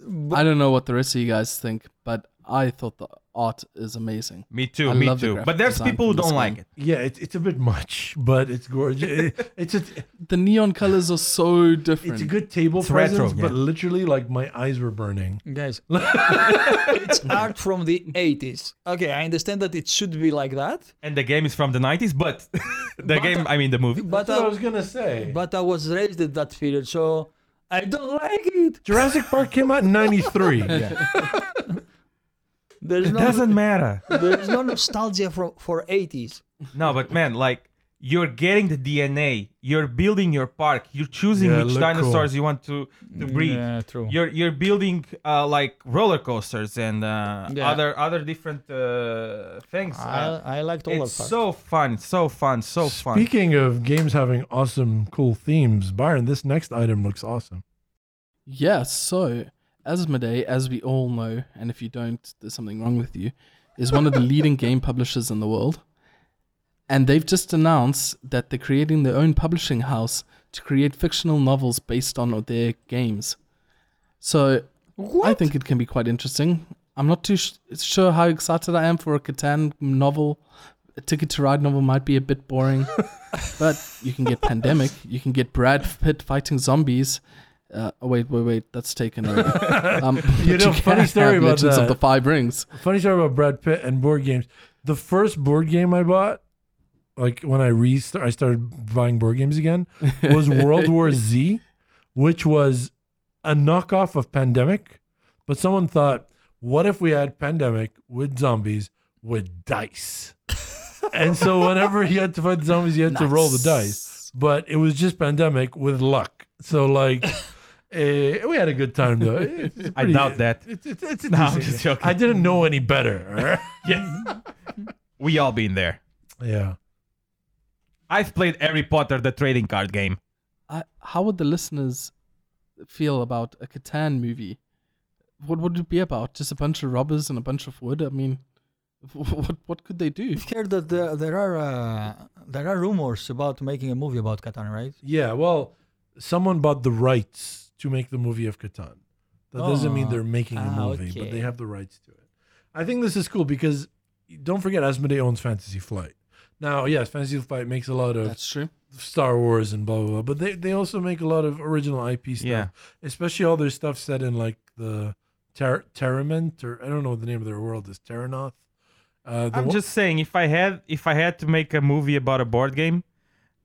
S4: but
S3: don't know what the rest of you guys think, but I thought the art is amazing.
S2: Me too,
S3: I
S2: me
S3: love the
S2: too.
S3: graphic
S2: But there's
S3: design
S2: people who
S3: from this
S2: don't
S3: game.
S2: like it.
S1: Yeah, it's it's a bit much, but it's gorgeous. It- it's a
S3: The neon colors are so different.
S1: it's a good table
S2: It's
S1: presence,
S2: retro,
S1: but
S2: yeah.
S1: literally, like my eyes were burning.
S4: guys, it's art from the 80s. Okay, I understand that it should be like that,
S2: And the game is from the 90s, but the
S4: But-
S2: game, I mean the movie.
S4: but
S1: That's what I
S4: I,
S1: was gonna say.
S4: but I was raised at that period, so I don't like it.
S1: Jurassic Park came out in '93.
S4: There's
S2: It
S4: no,
S2: doesn't matter.
S4: there's no nostalgia for, for 80s.
S2: No, but man, like you're getting the DNA. You're building your park. You're choosing
S1: Yeah,
S2: which
S1: look cool.
S2: dinosaurs you want to to breed.
S4: true.
S2: You're you're building uh, like roller coasters and uh,
S4: Yeah.
S2: other other different uh, things. Uh,
S4: I, I liked all
S2: it's
S4: of that.
S2: so fun, so fun, so fun.
S1: Speaking of games having awesome, cool themes, Byron, this next item looks awesome.
S3: Yeah, so Asmodee, as we all know, and if you don't, there's something wrong with you, is one of the leading game publishers in the world. And they've just announced that they're creating their own publishing house to create fictional novels based on their games. So I think it can be quite interesting. I'm not too sh- sure how excited I am for a Catan novel. A Ticket to Ride novel might be a bit boring, but you can get Pandemic, you can get Brad Pitt fighting zombies. Uh, oh wait, wait, wait, that's taken already. Um,
S1: You
S3: but
S1: know,
S3: can
S1: funny
S3: have
S1: story about
S3: Legends
S1: that.
S3: of the Five Rings.
S1: Funny story about Brad Pitt and board games. The first board game I bought, like when I restart, I started buying board games again, was World War Z, which was a knockoff of Pandemic. But someone thought, what if we had Pandemic with zombies with dice? and so whenever he had to fight the zombies, he had to roll the dice. but it was just pandemic with luck. So like, eh, we had a good time though. It's a
S2: I
S1: pretty-
S2: doubt that.
S1: It's, it's, it's a
S2: No, I'm
S1: decent-
S2: just joking.
S1: I didn't know any better.
S2: yeah. we all been there.
S1: yeah.
S2: I've played Harry Potter, the trading card game.
S3: I, how would the listeners feel about a Catan movie? What would it be about? Just a bunch of robbers and a bunch of wood? I mean, what what could they do?
S4: I've heard that there, there are uh, there are rumors about making a movie about Catan, right?
S1: Yeah. Well, someone bought the rights to make the movie of Catan. That doesn't mean
S4: Oh.
S1: they're making a
S4: Ah,
S1: movie, but
S4: okay.
S1: they have the rights to it. I think this is cool because don't forget Asmodee owns Fantasy Flight. Now, yes, Fantasy Flight makes a lot of
S3: That's true.
S1: Star Wars and blah blah blah. But they, they also make a lot of original IP stuff.
S2: Yeah.
S1: Especially all their stuff set in like the Ter- Terrament or I don't know what the name of their world is. Terranoth. Uh, the
S2: I'm
S1: one-
S2: just saying, if I had if I had to make a movie about a board game,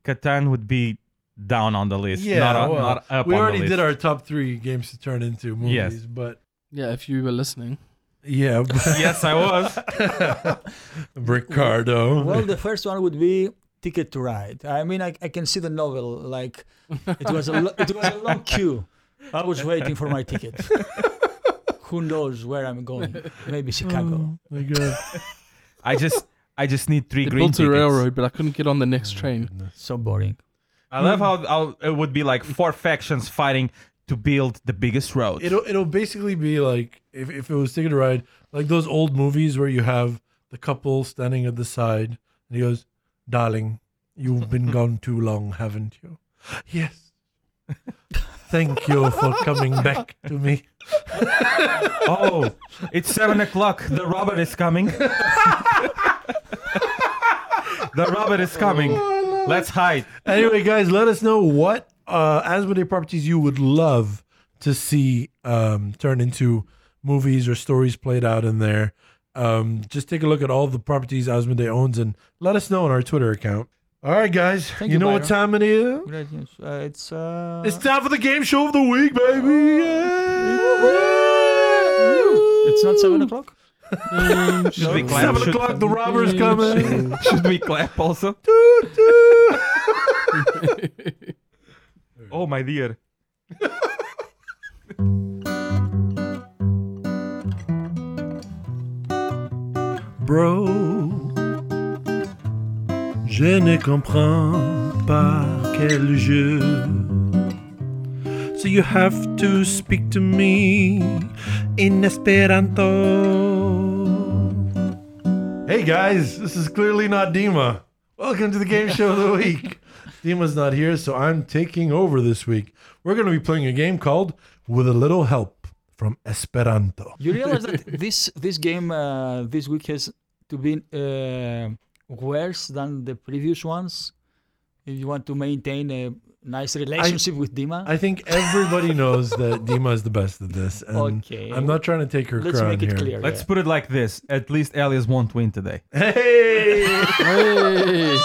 S2: Catan would be down on the list.
S1: yeah,
S2: not, on-
S1: well,
S2: not up
S1: we
S2: on the
S1: already
S2: list.
S1: did our top three games to turn into movies,
S2: Yes.
S1: but
S3: Yeah, if you were listening.
S1: yeah,
S2: yes, I was.
S1: Ricardo.
S4: Well, the first one would be Ticket to Ride. I mean, I, I can see the novel. Like it was a lo- it was a long queue. I was waiting for my ticket. Who knows where I'm going? Maybe Chicago.
S1: My God.
S2: I just I just need three
S3: They
S2: green
S3: built a
S2: tickets.
S3: railroad, but I couldn't get on the next train.
S4: So boring.
S2: I love how, how it would be like four factions fighting to build the biggest road.
S1: It'll it'll basically be like if, if it was Ticket to Ride, like those old movies where you have the couple standing at the side and he goes, "Darling, you've been gone too long, haven't you?" Yes. Thank you for coming back to me.
S2: Oh, it's seven o'clock. The robber is coming. the robber is coming.
S1: Oh,
S2: Let's hide.
S1: Anyway, guys, let us know what uh, Asmodee properties you would love to see um, turn into movies or stories played out in there. Um, just take a look at all the properties Asmodee owns and let us know on our Twitter account. All right, guys,
S4: Thank
S1: you
S4: you,
S1: know what
S4: Byron.
S1: time it is?
S4: Great news. Uh, it's uh.
S1: It's time for the game show of the week, baby! Yeah.
S4: it's not seven o'clock.
S2: Should we clap?
S1: Seven
S2: Should-
S1: o'clock. The robber's coming.
S2: Should we clap also?
S1: Toot, toot.
S2: Oh my dear.
S1: Bro, je ne comprends pas quel jeu. So you have to speak to me in Esperanto. Hey guys, this is clearly not Dima. Welcome to the game show of the week. Dima's not here, so I'm taking over this week. We're going to be playing a game called With a Little Help from Esperanto.
S4: You realize that this this game uh, this week has to be uh, worse than the previous ones. If you want to maintain a nice relationship with Dima,
S1: I think everybody knows that Dima is the best at this. And
S4: Okay.
S1: I'm not trying to take her
S4: let's
S1: crown
S4: make it
S1: here.
S4: clear.
S2: Let's
S4: yeah.
S2: put it like this. At least Elias won't win today.
S1: Hey!
S3: Hey.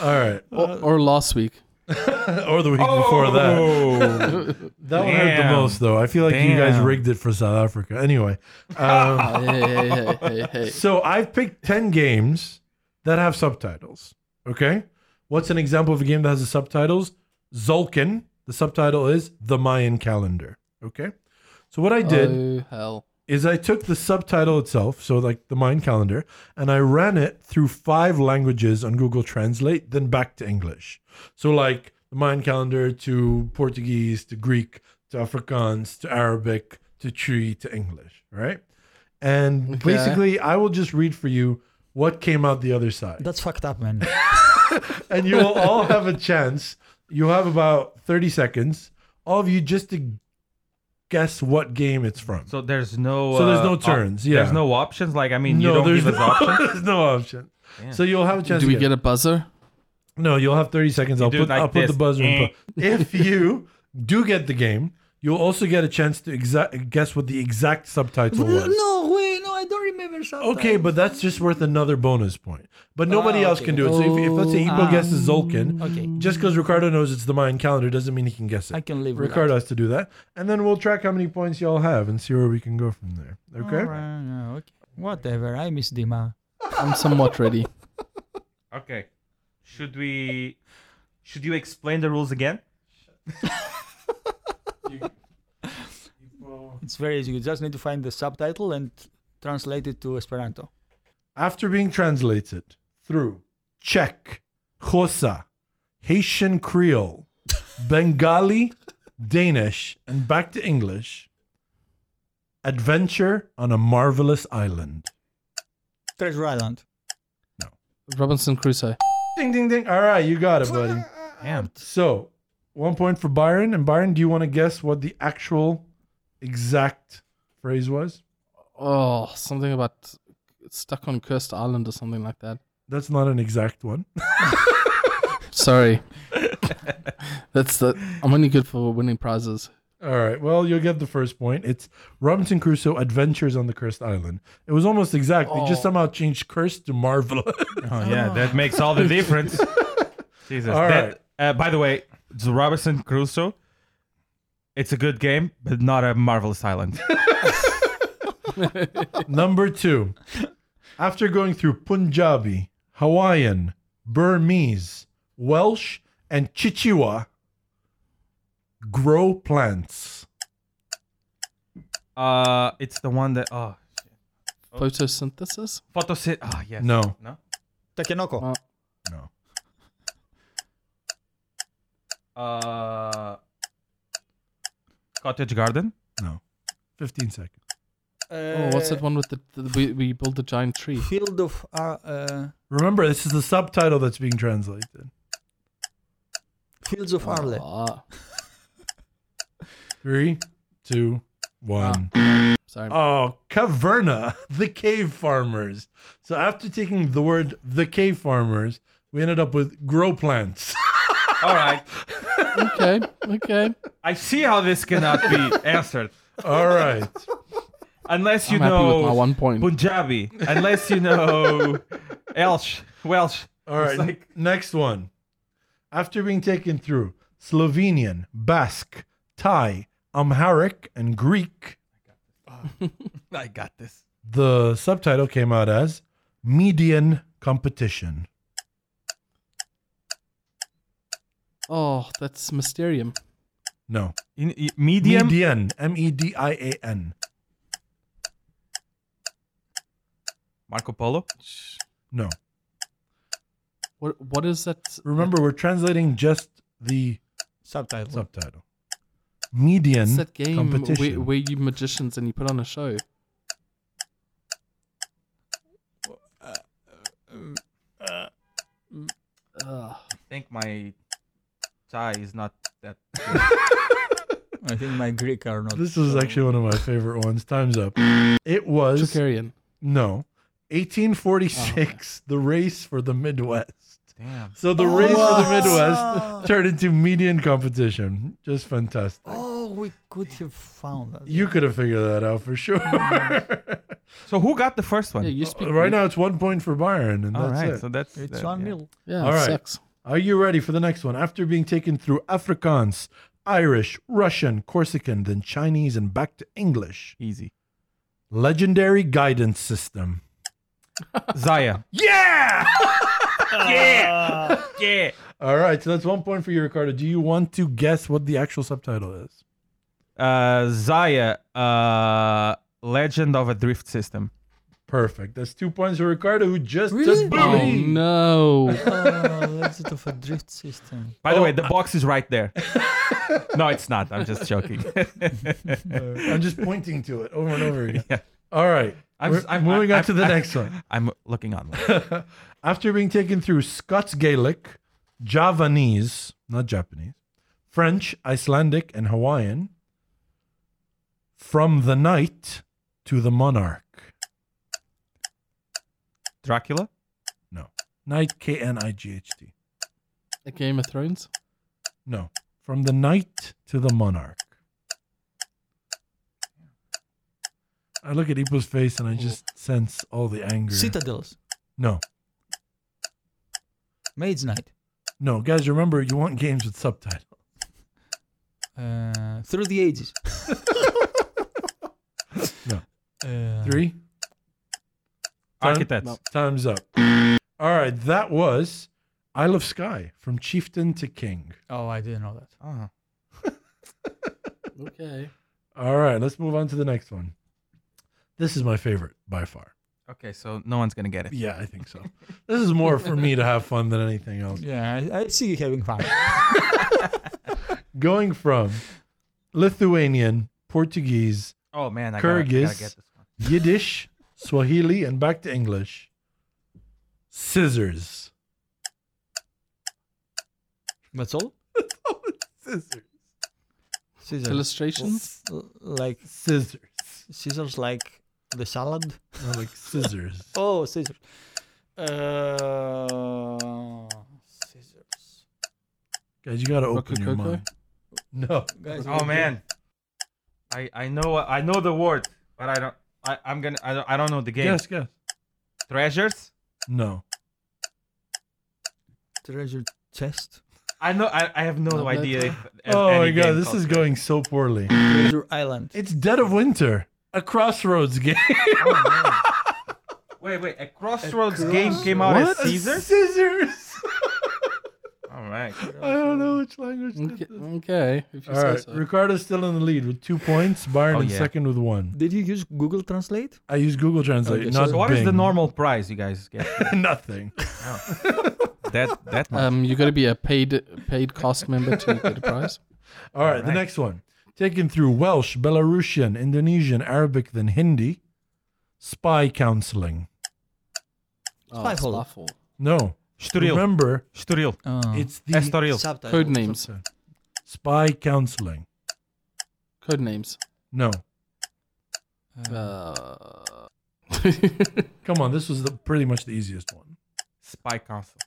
S1: All right.
S3: or, or last week.
S1: Or the week before that.
S2: that.
S1: Oh! That one hurt the
S2: Damn.
S1: most, though. I feel like you guys
S2: Damn.
S1: rigged it for South Africa. Anyway, um,
S3: Hey, hey, hey, hey, hey.
S1: so I've picked 10 games that have subtitles. Okay? What's an example of a game that has the subtitles? Zulkin. The subtitle is The Mayan Calendar. Okay? So what I did.
S3: Oh, hell.
S1: is I took the subtitle itself, so like the Mayan calendar, and I ran it through five languages on Google Translate, then back to English. So like the Mayan calendar to Portuguese to Greek to Afrikaans to Arabic to Cree to English, right? And
S3: Okay.
S1: basically, I will just read for you what came out the other side,
S4: That's fucked up, man.
S1: and you will all have a chance. You have about thirty seconds, all of you, just to guess what game it's from.
S2: So there's no.
S1: So there's
S2: uh,
S1: no
S2: op-
S1: turns, yeah.
S2: There's no options. Like I mean, you don't give us options.
S1: there's no option.
S2: Damn.
S1: So you'll have a chance.
S3: Do
S1: to
S3: we get a buzzer?
S1: No, you'll have 30 seconds. I'll
S2: do
S1: put,
S2: it like
S1: I'll put the
S2: this.
S1: buzzer
S2: Eh.
S1: in. po- If you do get the game, you'll also get a chance to exa- guess what the exact subtitle was.
S4: no way, no, I don't remember something.
S1: Okay, but that's just worth another bonus point. But nobody
S4: Ah,
S2: Oh,
S1: else
S4: okay.
S1: can do it. So if, if let's say Ibo guesses
S2: Um,
S1: Zolkin,
S4: okay.
S1: just because Ricardo knows it's the Mayan calendar doesn't mean he can guess it.
S4: I can live with
S1: Ricardo has to do that. And then we'll track how many points y'all have and see where we can go from there.
S4: that.
S1: Okay?
S4: Alright, yeah, okay. Whatever, I miss Dima.
S3: I'm somewhat ready.
S2: Okay. Should we? Should you explain the rules again?
S4: It's very easy. You just need to find the subtitle and translate it to Esperanto.
S1: after being translated through Czech, Xhosa, Haitian Creole, Bengali, Danish, and back to English, Adventure on a Marvelous Island.
S4: Treasure Island.
S3: Robinson Crusoe.
S1: Ding, ding, ding. All right, you got it, buddy.
S2: Damn.
S1: So, one point for Byron. And Byron, do you want to guess what the actual exact phrase was?
S3: Oh, something about stuck on cursed island or something like that.
S1: That's not an exact one.
S3: Sorry. That's the. I'm only good for winning prizes.
S1: All right. Well, you'll get the first point. It's Robinson Crusoe Adventures on the Cursed Island. It was almost exact. They just
S3: Oh.
S1: somehow changed cursed to marvelous.
S2: Oh yeah, that makes all the difference. Jesus.
S1: All
S2: that- uh, by the way, it's Robinson Crusoe. It's a good game, but not a marvelous island.
S1: Number two. After going through Punjabi, Hawaiian, Burmese, Welsh, and Chichewa, grow plants.
S2: Uh, it's the one that oh
S3: Photosynthesis.
S2: photosynth. Oh yes.
S1: No.
S2: No.
S4: Takenoko.
S3: Uh,
S1: No.
S2: Uh, cottage garden.
S1: No. 15 seconds.
S3: oh, what's that one with the, the we, we build a giant tree?
S4: Uh, Field of uh, uh,
S1: Remember, this is the subtitle that's being translated.
S4: Oh. Fields of Arle.
S3: Ah.
S1: Three, two, one.
S3: Sorry.
S1: Oh, Caverna, the cave farmers. So after taking the word the cave farmers, we ended up with grow plants.
S2: All right.
S3: Okay. Okay.
S2: I see how this cannot be answered.
S1: All right.
S2: Unless you
S3: I'm happy with my
S2: know
S3: one point.
S2: Punjabi. Unless you know Welsh. Welsh.
S1: All right.
S2: It's like-
S1: Next one. After being taken through Slovenian, Basque, Thai, Amharic, and Greek,
S2: I got this.
S1: the subtitle came out as Median Competition.
S3: Oh, that's Mysterium.
S1: No.
S2: In, in- medium.
S1: Median. M E D I A N.
S2: Marco Polo.
S1: No.
S3: What What is that?
S1: Remember, we're translating just the
S4: Subtitle.
S1: subtitle. Median
S3: It's that game where,
S1: competition.
S3: where you magicians and you put on a show.
S1: Uh, um,
S3: Ugh.
S2: I think my Thai is not that.
S4: I think my Greek are not.
S1: this is
S4: so-
S1: actually one of my favorite ones. Time's up. It was
S3: Chukarian.
S1: no
S3: Oh.
S1: 1846. The race for the Midwest.
S2: Damn.
S1: So the race for the Midwest turned into median competition. Just fantastic.
S4: Oh, we could have found that.
S1: You could have figured that out for sure.
S2: So who got the first one?
S3: Yeah, you speak
S1: right now, it's one point for Byron, and
S2: All
S1: that's
S2: right.
S1: it.
S2: So that's
S4: it's
S2: that,
S4: one
S2: yeah.
S4: nil.
S3: Yeah,
S1: All
S3: it
S1: right.
S3: sucks.
S1: Are you ready for the next one? After being taken through Afrikaans, Irish, Russian, Corsican, then Chinese, and back to English,
S2: Easy.
S1: legendary guidance system.
S2: Zaya.
S1: Yeah!
S2: yeah. yeah.
S1: All right, so that's one point for you, Ricardo. Do you want to guess what the actual subtitle is?
S2: Uh, Zaya. Uh, Legend of a Drift System.
S1: Perfect. That's two points for Ricardo, who just
S4: Really?
S1: took the
S3: Oh
S1: lead.
S3: no.
S4: oh, legend of a drift system.
S2: By the
S1: Oh,
S2: way, the box is right there. no, it's not. I'm just joking.
S1: I'm just pointing to it over and over again.
S2: Yeah.
S1: All right.
S2: I'm-
S1: We're-
S2: I'm-
S1: moving
S2: I'm-
S1: on to the
S2: I'm-
S1: next one.
S2: I'm looking on.
S1: After being taken through Scots Gaelic, Javanese, not Japanese, French, Icelandic, and Hawaiian, from the knight to the monarch.
S2: Dracula.
S1: Knight, K N I G H T.
S3: A Game of Thrones.
S1: No. From the knight to the monarch. I look at Ipo's face and I just sense all the anger.
S4: Citadels.
S1: No.
S4: Maid's Night.
S1: No, guys, remember you want games with subtitles.
S4: Uh, through the ages.
S1: No.
S4: Uh,
S1: Three Time-
S2: Architects.
S3: No.
S1: times up. All right, that was Isle of Skye from chieftain to king.
S4: Oh, I didn't know that.
S2: Oh.
S3: Okay.
S1: All right, let's move on to the next one. This is my favorite by far.
S2: Okay, so no one's gonna get it.
S1: Yeah, I think so. this is more for me to have fun than anything else.
S4: Yeah, I, I see you having fun.
S1: Going from Lithuanian, Portuguese,
S2: Oh man, I gotta, I gotta
S1: Kyrgyz.
S2: get this one.
S1: Yiddish, Swahili, and back to English. Scissors.
S4: That's all.
S1: Scissors.
S4: Scissors.
S3: Illustrations.
S4: L- Like
S1: Scissors.
S4: scissors, like the salad.
S1: Not like scissors.
S4: Oh, scissors. Uh, scissors.
S1: Guys, you gotta
S3: Rocky
S1: open your
S3: Coco?
S1: mind. No.
S4: Guys,
S2: Oh man, I I know I know the word, but I don't. I I'm gonna I don't, I don't know the game.
S1: Guess, guess.
S2: Treasures.
S1: No.
S4: Treasure chest.
S2: I know I, I have no
S3: Not
S2: idea.
S3: that.
S2: If, if
S1: Oh my
S2: any
S1: god,
S2: game
S1: this
S2: called
S1: is
S2: Treasures.
S1: going so poorly.
S4: Treasure island.
S1: It's Dead of Winter, a crossroads game.
S2: Oh, Wait wait, a crossroads game came out
S1: what?
S2: as Caesar.
S1: Scissors.
S2: All right.
S1: I don't know which language. did this.
S3: Okay. okay, If you
S1: All right,
S3: say so.
S1: Ricardo's still in the lead with two points. Byron
S2: Oh,
S1: in
S2: yeah.
S1: second with one.
S4: Did you use Google Translate?
S1: I use Google Translate.
S4: Okay, so
S1: not
S2: So what is the
S1: Bing.
S2: normal prize you guys get?
S1: Nothing.
S2: that that much.
S3: Um, you got to be a paid paid cast member to get a prize.
S1: All right, the
S2: right.
S1: next one. Taken through Welsh, Belarusian, Indonesian, Arabic, then Hindi. Spy counseling.
S3: Oh,
S4: Spy
S3: it's
S4: hole.
S3: Spyfall.
S1: No.
S2: Shturil.
S1: Remember,
S2: Shturil.
S4: Oh.
S1: it's the
S2: Estoril.
S4: subtitle.
S3: Code names.
S1: spy counseling.
S3: Code names.
S1: No.
S3: Uh,
S1: Come on, this was the, pretty much the easiest one.
S2: Spy Council.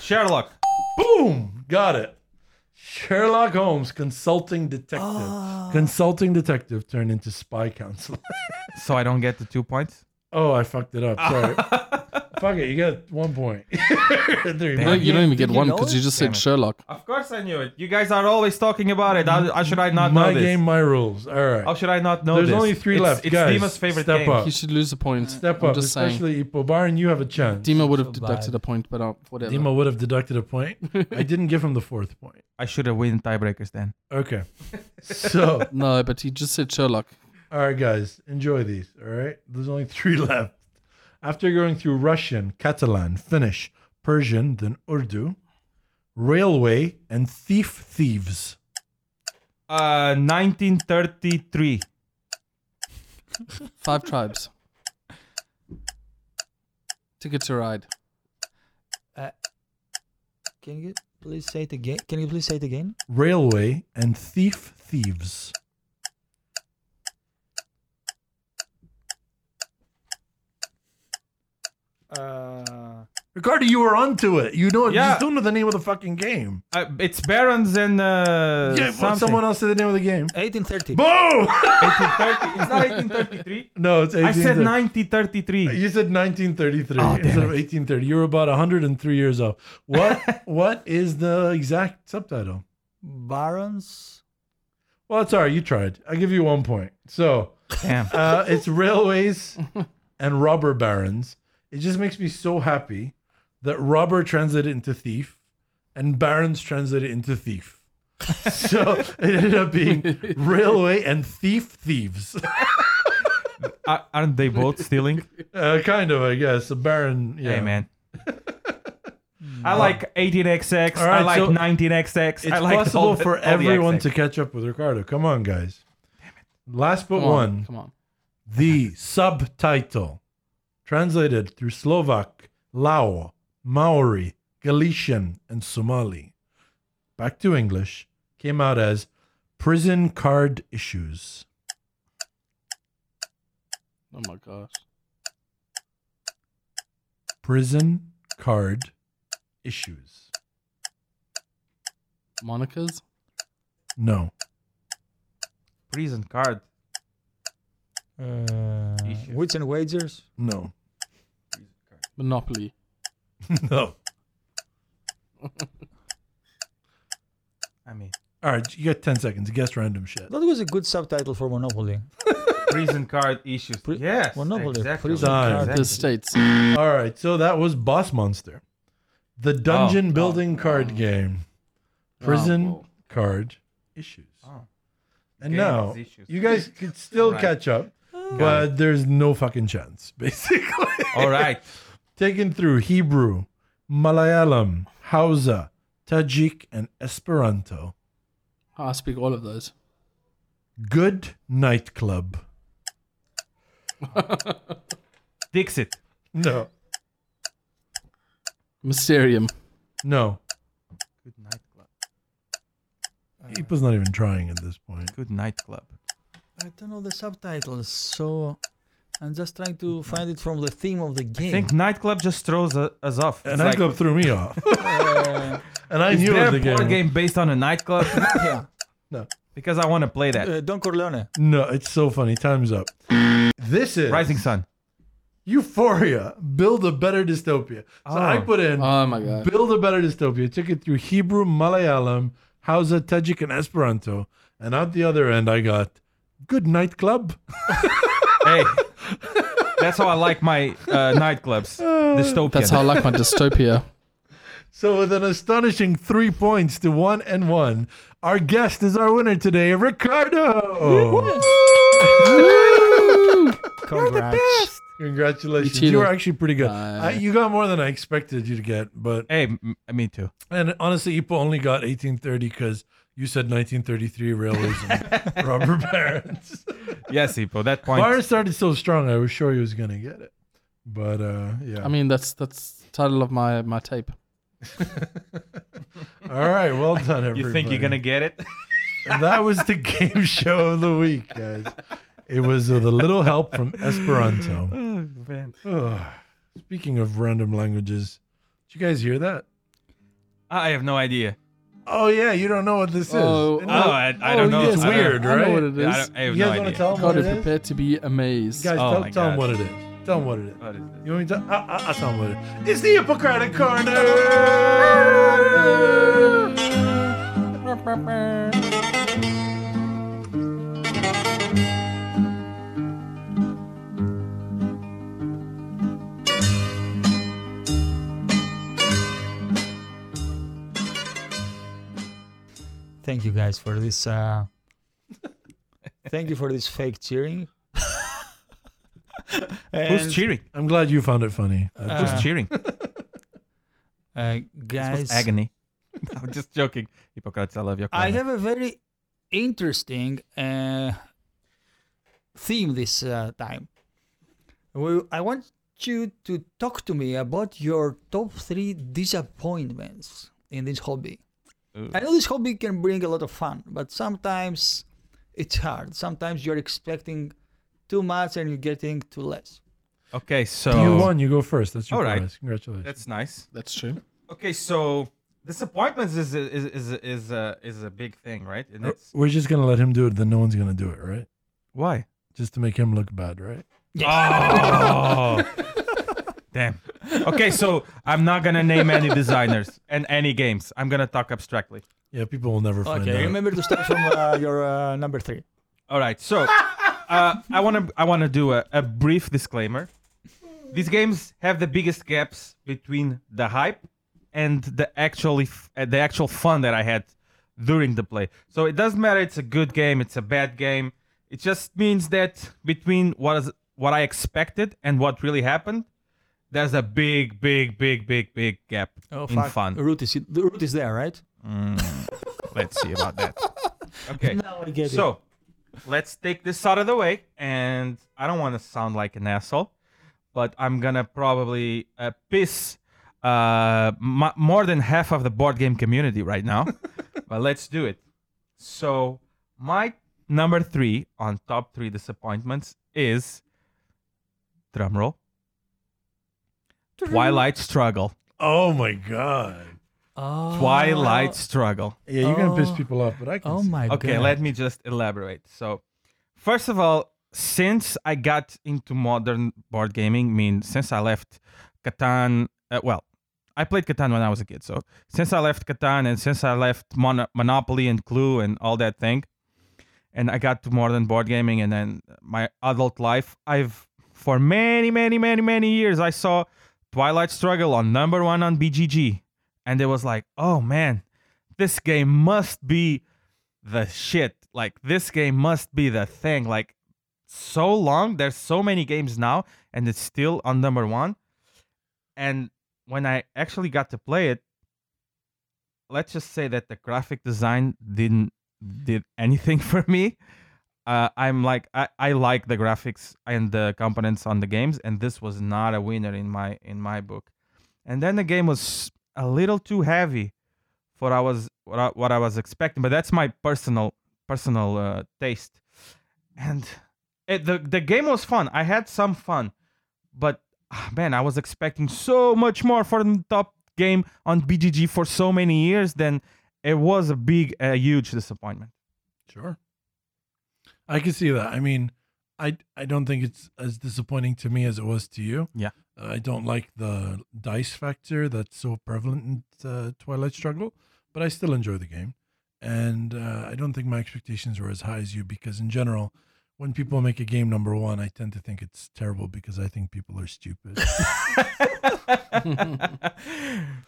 S2: Sherlock.
S1: Boom! Got it. Sherlock Holmes, consulting detective. Consulting detective turned into spy counselor.
S2: So I don't get the two points.
S1: Oh, I fucked it up. Sorry. Fuck it. You got one point. there you
S2: Damn.
S3: no,
S1: go.
S2: Did
S3: you don't even
S4: did
S3: get
S4: you
S3: one
S4: know
S3: because you
S4: it?
S3: just
S2: Damn
S3: said
S2: it.
S3: Sherlock.
S2: Of course I knew it. You guys are always talking about it. How, how should I not
S1: my
S2: know this? Oh,
S1: game, my rules. All right.
S2: How should I not know
S1: There's
S2: this?
S1: only three
S2: It's-
S1: left.
S2: It's
S1: Guys,
S2: Dima's favorite
S1: step
S2: game.
S1: up.
S3: He should lose a point.
S1: Oh. Step
S3: I'm
S1: up,
S3: just saying.
S1: especially Ipo. Byron, you have a chance.
S3: Dima would have
S4: So
S3: deducted
S4: bad.
S3: a point, but uh, whatever.
S1: Dima would have deducted a point. I didn't give him the fourth point.
S2: I should have win tiebreakers then.
S1: Okay. So,
S3: No, but he just said Sherlock.
S1: all right, guys, enjoy these. All right. There's only three left. After going through Russian, Catalan, Finnish, Persian, then Urdu, railway, and thief thieves.
S2: Uh, 1933.
S3: Five tribes. Ticket to ride.
S4: Can you please say it again? Can you please say it again?
S1: Railway and thief thieves.
S4: Uh,
S1: Ricardo, you were onto it. You know, it. you
S2: Yeah.
S1: just don't know the name of the fucking game.
S2: Uh, it's Barons and uh,
S1: yeah, but
S2: something.
S1: someone else said the name of the game.
S4: 1830.
S1: Boom!
S2: 1830. It's not 1833.
S1: no, it's 18.
S2: I said 1933.
S1: You said 1933
S2: Oh, damn
S1: instead of 1830.
S2: it.
S1: You were about 103 years old. What? what is the exact subtitle?
S4: Barons.
S1: Well, it's all right. You tried. I give you one point. So
S2: Damn.
S1: uh, it's railways and robber barons. It just makes me so happy that robber translated into thief and barons translated into thief. so it ended up being railway and thief thieves.
S2: Are- Uh, Aren't they both stealing?
S1: Uh, kind of, I guess. A baron. Yeah.
S2: Hey, man. I like 18XX.
S1: All right,
S2: I like
S1: so
S2: 19XX.
S1: It's
S2: I like
S1: possible
S2: all the-
S1: for
S2: all the
S1: everyone
S2: XX.
S1: to catch up with Ricardo. Come on, guys. Last but
S3: Come on,
S1: one,
S3: Come on.
S1: the subtitle, translated through Slovak, Lao, Maori, Galician, and Somali, back to English, came out as Prison Card Issues.
S3: Oh my gosh.
S1: Prison Card Issues.
S3: Monikers?
S1: No.
S2: prison card.
S4: Uh,
S2: Issues.
S4: wits and wagers.
S1: No.
S3: Monopoly.
S1: no.
S2: I mean,
S1: All right, you got 10 seconds. Guess random shit.
S4: That was a good subtitle for Monopoly.
S2: prison card issues.
S4: Pri-
S2: yes.
S4: Monopoly,
S2: Exactly.
S4: prison
S1: Time.
S4: card.
S3: The states.
S1: All right, so that was Boss Monster, the dungeon
S2: Oh,
S1: building card
S3: oh.
S1: game, prison
S3: Oh.
S1: card issues.
S2: Oh.
S1: and
S2: Game
S1: now
S2: is issues.
S1: you guys could still
S2: Right.
S1: catch up, but there's no fucking chance, basically.
S2: All right.
S1: Taken through Hebrew, Malayalam, Hausa, Tajik, and Esperanto.
S3: Ah, I speak all of those.
S1: Good nightclub.
S2: Dixit.
S1: No,
S3: Mysterium.
S1: no.
S2: Good nightclub.
S1: Ipa's not even trying at this point.
S2: Good nightclub.
S4: I don't know the subtitles, so I'm just trying to find it from the theme of the
S2: I
S4: game.
S2: think nightclub just throws u- us off.
S1: A
S2: It's like,
S1: nightclub threw me off,
S4: Uh,
S1: and I
S2: is
S1: knew
S2: there
S1: it
S2: a
S1: was the
S2: board
S1: game.
S2: game based on a nightclub?
S4: yeah.
S2: because I want to play that.
S4: Uh, Don Corleone.
S1: No, it's so funny. Time's up. This is
S2: Rising Sun.
S1: Euphoria. Build a better dystopia. So
S2: Oh.
S1: I put in
S3: Oh my god.
S1: Build a better dystopia. Took it through Hebrew, Malayalam, Hausa, Tajik, and Esperanto. And out the other end, I got Good Night Club.
S2: hey, that's how I like my uh, nightclubs.
S1: Uh,
S2: Dystopian.
S3: That's how I like my dystopia.
S1: So with an astonishing three points to one and one, our guest is our winner today, Ricardo.
S4: Congrats.
S1: Congratulations.
S3: You
S1: You were
S3: cheated.
S1: actually pretty good.
S3: Bye.
S1: Uh, you got more than I expected you to get, but
S2: Hey, m- me too.
S1: And honestly, Ipo only got 1830 because you said 1933 railways and robber barons.
S2: Yes, Ipo, that point.
S1: Byron started so strong, I was sure he was going to get it. But uh, yeah.
S3: I mean that's that's the title of my, my tape.
S1: All right. Well done, everybody.
S2: you think you're going to get it?
S1: that was the game show of the week, guys. It was with a little help from Esperanto.
S2: Oh, man.
S1: Ugh. Speaking of random languages, did you guys hear that?
S2: I have no idea.
S1: Oh yeah, you don't know what this
S3: Oh,
S1: is.
S2: Oh, I, I don't
S3: oh,
S2: know.
S3: yes,
S1: It's
S2: I don't-
S1: weird,
S3: I
S1: right?
S3: know what it
S2: Yeah, I,
S3: is.
S2: don't, I have
S1: You
S2: no
S1: guys wanna
S2: idea.
S1: tell 'em
S3: God,
S1: what
S3: be
S1: Oh, it is?
S3: prepared to be amazed.
S1: Guys,
S2: Oh
S1: tell,
S2: my
S1: tell them
S2: God.
S1: what it is. Tell them what it is.
S2: What is this?
S1: You want me to? I, I, I'll tell them what it is. It's the Hippocratic Corner.
S4: Thank you guys for this. Uh, thank you for this fake cheering. And,
S2: Who's cheering?
S1: I'm glad you found it funny. That's
S4: Uh,
S2: Who's cheering?
S4: uh,
S2: This was
S4: guys,
S2: agony. I'm just joking. Hippocrates, I love your
S4: I
S2: comment.
S4: have a very interesting uh, theme this uh, time. We, I want you to talk to me about your top three disappointments in this hobby.
S2: Ooh.
S4: I know this hobby can bring a lot of fun, but sometimes it's hard. Sometimes you're expecting too much and you're getting too less.
S2: Okay, so
S4: Uh, oh.
S1: You won. You go first. That's your
S2: All right.
S1: prize. Congratulations.
S2: that's nice.
S3: That's true.
S2: Okay, so disappointments is a- is is a- is a is a big thing, right? And that's
S1: Uh, We're just gonna let him do it. Then no one's gonna do it, right?
S2: why.
S1: Just to make him look bad, right?
S2: Oh, damn. Okay, so I'm not gonna name any designers and any games. I'm gonna talk abstractly.
S1: Yeah, people will never find
S4: Okay,
S1: out.
S4: remember to start from uh, your uh, number three.
S2: All right, so uh, I want to I want to do a, a brief disclaimer. These games have the biggest gaps between the hype and the actually f- uh, the actual fun that I had during the play. So it doesn't matter. It's a good game. It's a bad game. It just means that between what is what I expected and what really happened, there's a big, big, big, big, big gap in
S4: fuck.
S2: fun.
S4: Root is, the root is there, right?
S2: Mm. Let's see about that. Okay.
S4: Now I get
S2: So, let's take this out of the way. And I don't want to sound like an asshole, but I'm gonna probably uh, piss uh, m- more than half of the board game community right now. but let's do it. So, my number three on top three disappointments is drumroll. Twilight Struggle.
S1: Oh my god.
S4: Oh,
S2: Twilight Struggle.
S1: Yeah, you're gonna piss
S4: Oh.
S1: people off, but I can.
S4: Oh
S1: see.
S4: my god.
S2: Okay, let me just elaborate. So, first of all, since I got into modern board gaming, I mean, since I left Catan, uh, well, I played Catan when I was a kid. So, since I left Catan and since I left Mon- Monopoly and Clue and all that thing, and I got to modern board gaming and then my adult life, I've, for many, many, many, many years, I saw Twilight Struggle on number one on BGG. And it was like, oh man, this game must be the shit. Like this game must be the thing. Like so long, there's so many games now, and it's still on number one. And when I actually got to play it, let's just say that the graphic design didn't did anything for me. Uh, I'm like I, I like the graphics and the components on the games, and this was not a winner in my in my book. And then the game was a little too heavy for I was what I, what I was expecting, but that's my personal personal uh, taste. And it, the the game was fun. I had some fun, but ah, man, I was expecting so much more from the top game on BGG for so many years. Then it was a big, a huge disappointment.
S1: Sure. I can see that. I mean, I I don't think it's as disappointing to me as it was to you.
S2: Yeah.
S1: I don't like the dice factor that's so prevalent in uh, Twilight Struggle, but I still enjoy the game. And uh, I don't think my expectations were as high as you because, in general, when people make a game number one, I tend to think it's terrible because I think people are stupid.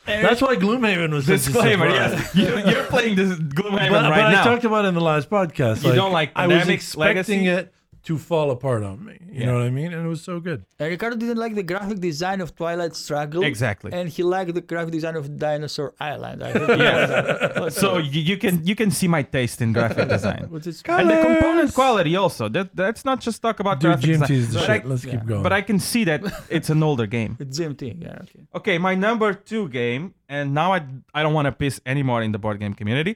S1: that's why Gloomhaven was such a
S2: Disclaimer:
S1: surprise.
S2: Yes, you, you're playing this Gloomhaven
S1: but,
S2: right
S1: but
S2: now.
S1: I talked about it in the last podcast.
S2: You don't like
S1: I was
S2: Pandemic
S1: expecting
S2: Legacy?
S1: it to fall apart on me. You
S2: Yeah.
S1: know what I mean? And it was so good.
S4: And Uh, Ricardo didn't like the graphic design of Twilight Struggle.
S2: Exactly.
S4: And he liked the graphic design of Dinosaur Island. I hope uh,
S2: yeah. so you, you can you can see my taste in graphic design.
S4: Which is
S2: and the component
S1: Colors.
S2: quality also. That that's not just talk about
S1: Dude,
S2: graphics.
S1: GMT is the
S2: but
S1: shit.
S2: I,
S1: Let's
S4: yeah.
S1: keep going.
S2: but I can see that it's an older game.
S4: It's GMT. Yeah, okay.
S2: Okay, my number two game And now I I don't want to piss anymore in the board game community,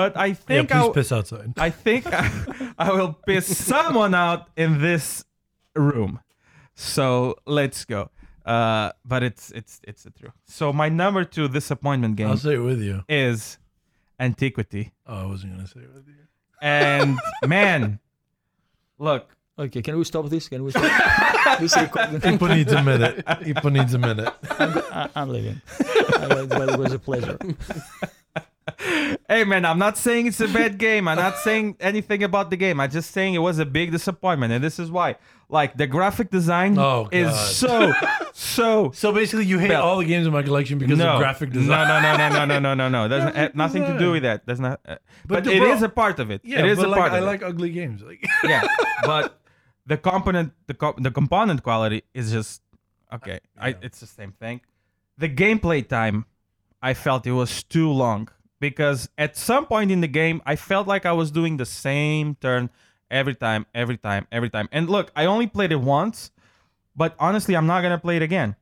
S2: but I
S1: Yeah,
S2: think
S1: please
S2: I'll,
S1: piss outside.
S2: I think I, I will piss someone out in this room. So let's go. Uh, but it's it's it's the truth. So my number two disappointment game
S1: I'll say it with you.
S2: is Antiquity,
S1: Oh, I wasn't gonna say it with you.
S2: and man, look,
S4: Okay, can we stop this? Can we stop this recording?
S1: Ipo needs a minute. Ipo needs a minute.
S4: I, I'm leaving. Uh, well, it was a pleasure.
S2: hey man, I'm not saying it's a bad game. I'm not saying anything about the game. I'm just saying it was a big disappointment, and this is why. Like the graphic design
S1: Oh,
S2: is
S1: God.
S2: so so
S1: So basically, you hate
S2: Bell.
S1: all the games in my collection because of graphic design.
S2: No, no, no, no, no, no, no, no, no. Doesn't
S1: Graphic
S2: have nothing to
S1: design.
S2: do with that. That's not. Uh,
S1: But
S2: but
S1: the
S2: it
S1: bro-
S2: is a part of it.
S1: Yeah,
S2: it is
S1: but
S2: a
S1: like,
S2: part
S1: I
S2: of
S1: like ugly games. Like,
S2: it. Yeah, but the component, the co- the component quality is just okay. I,
S1: Yeah.
S2: it's the same thing. The gameplay time, I felt it was too long because at some point in the game, I felt like I was doing the same turn every time, every time, every time. And look, I only played it once, but honestly, I'm not gonna play it again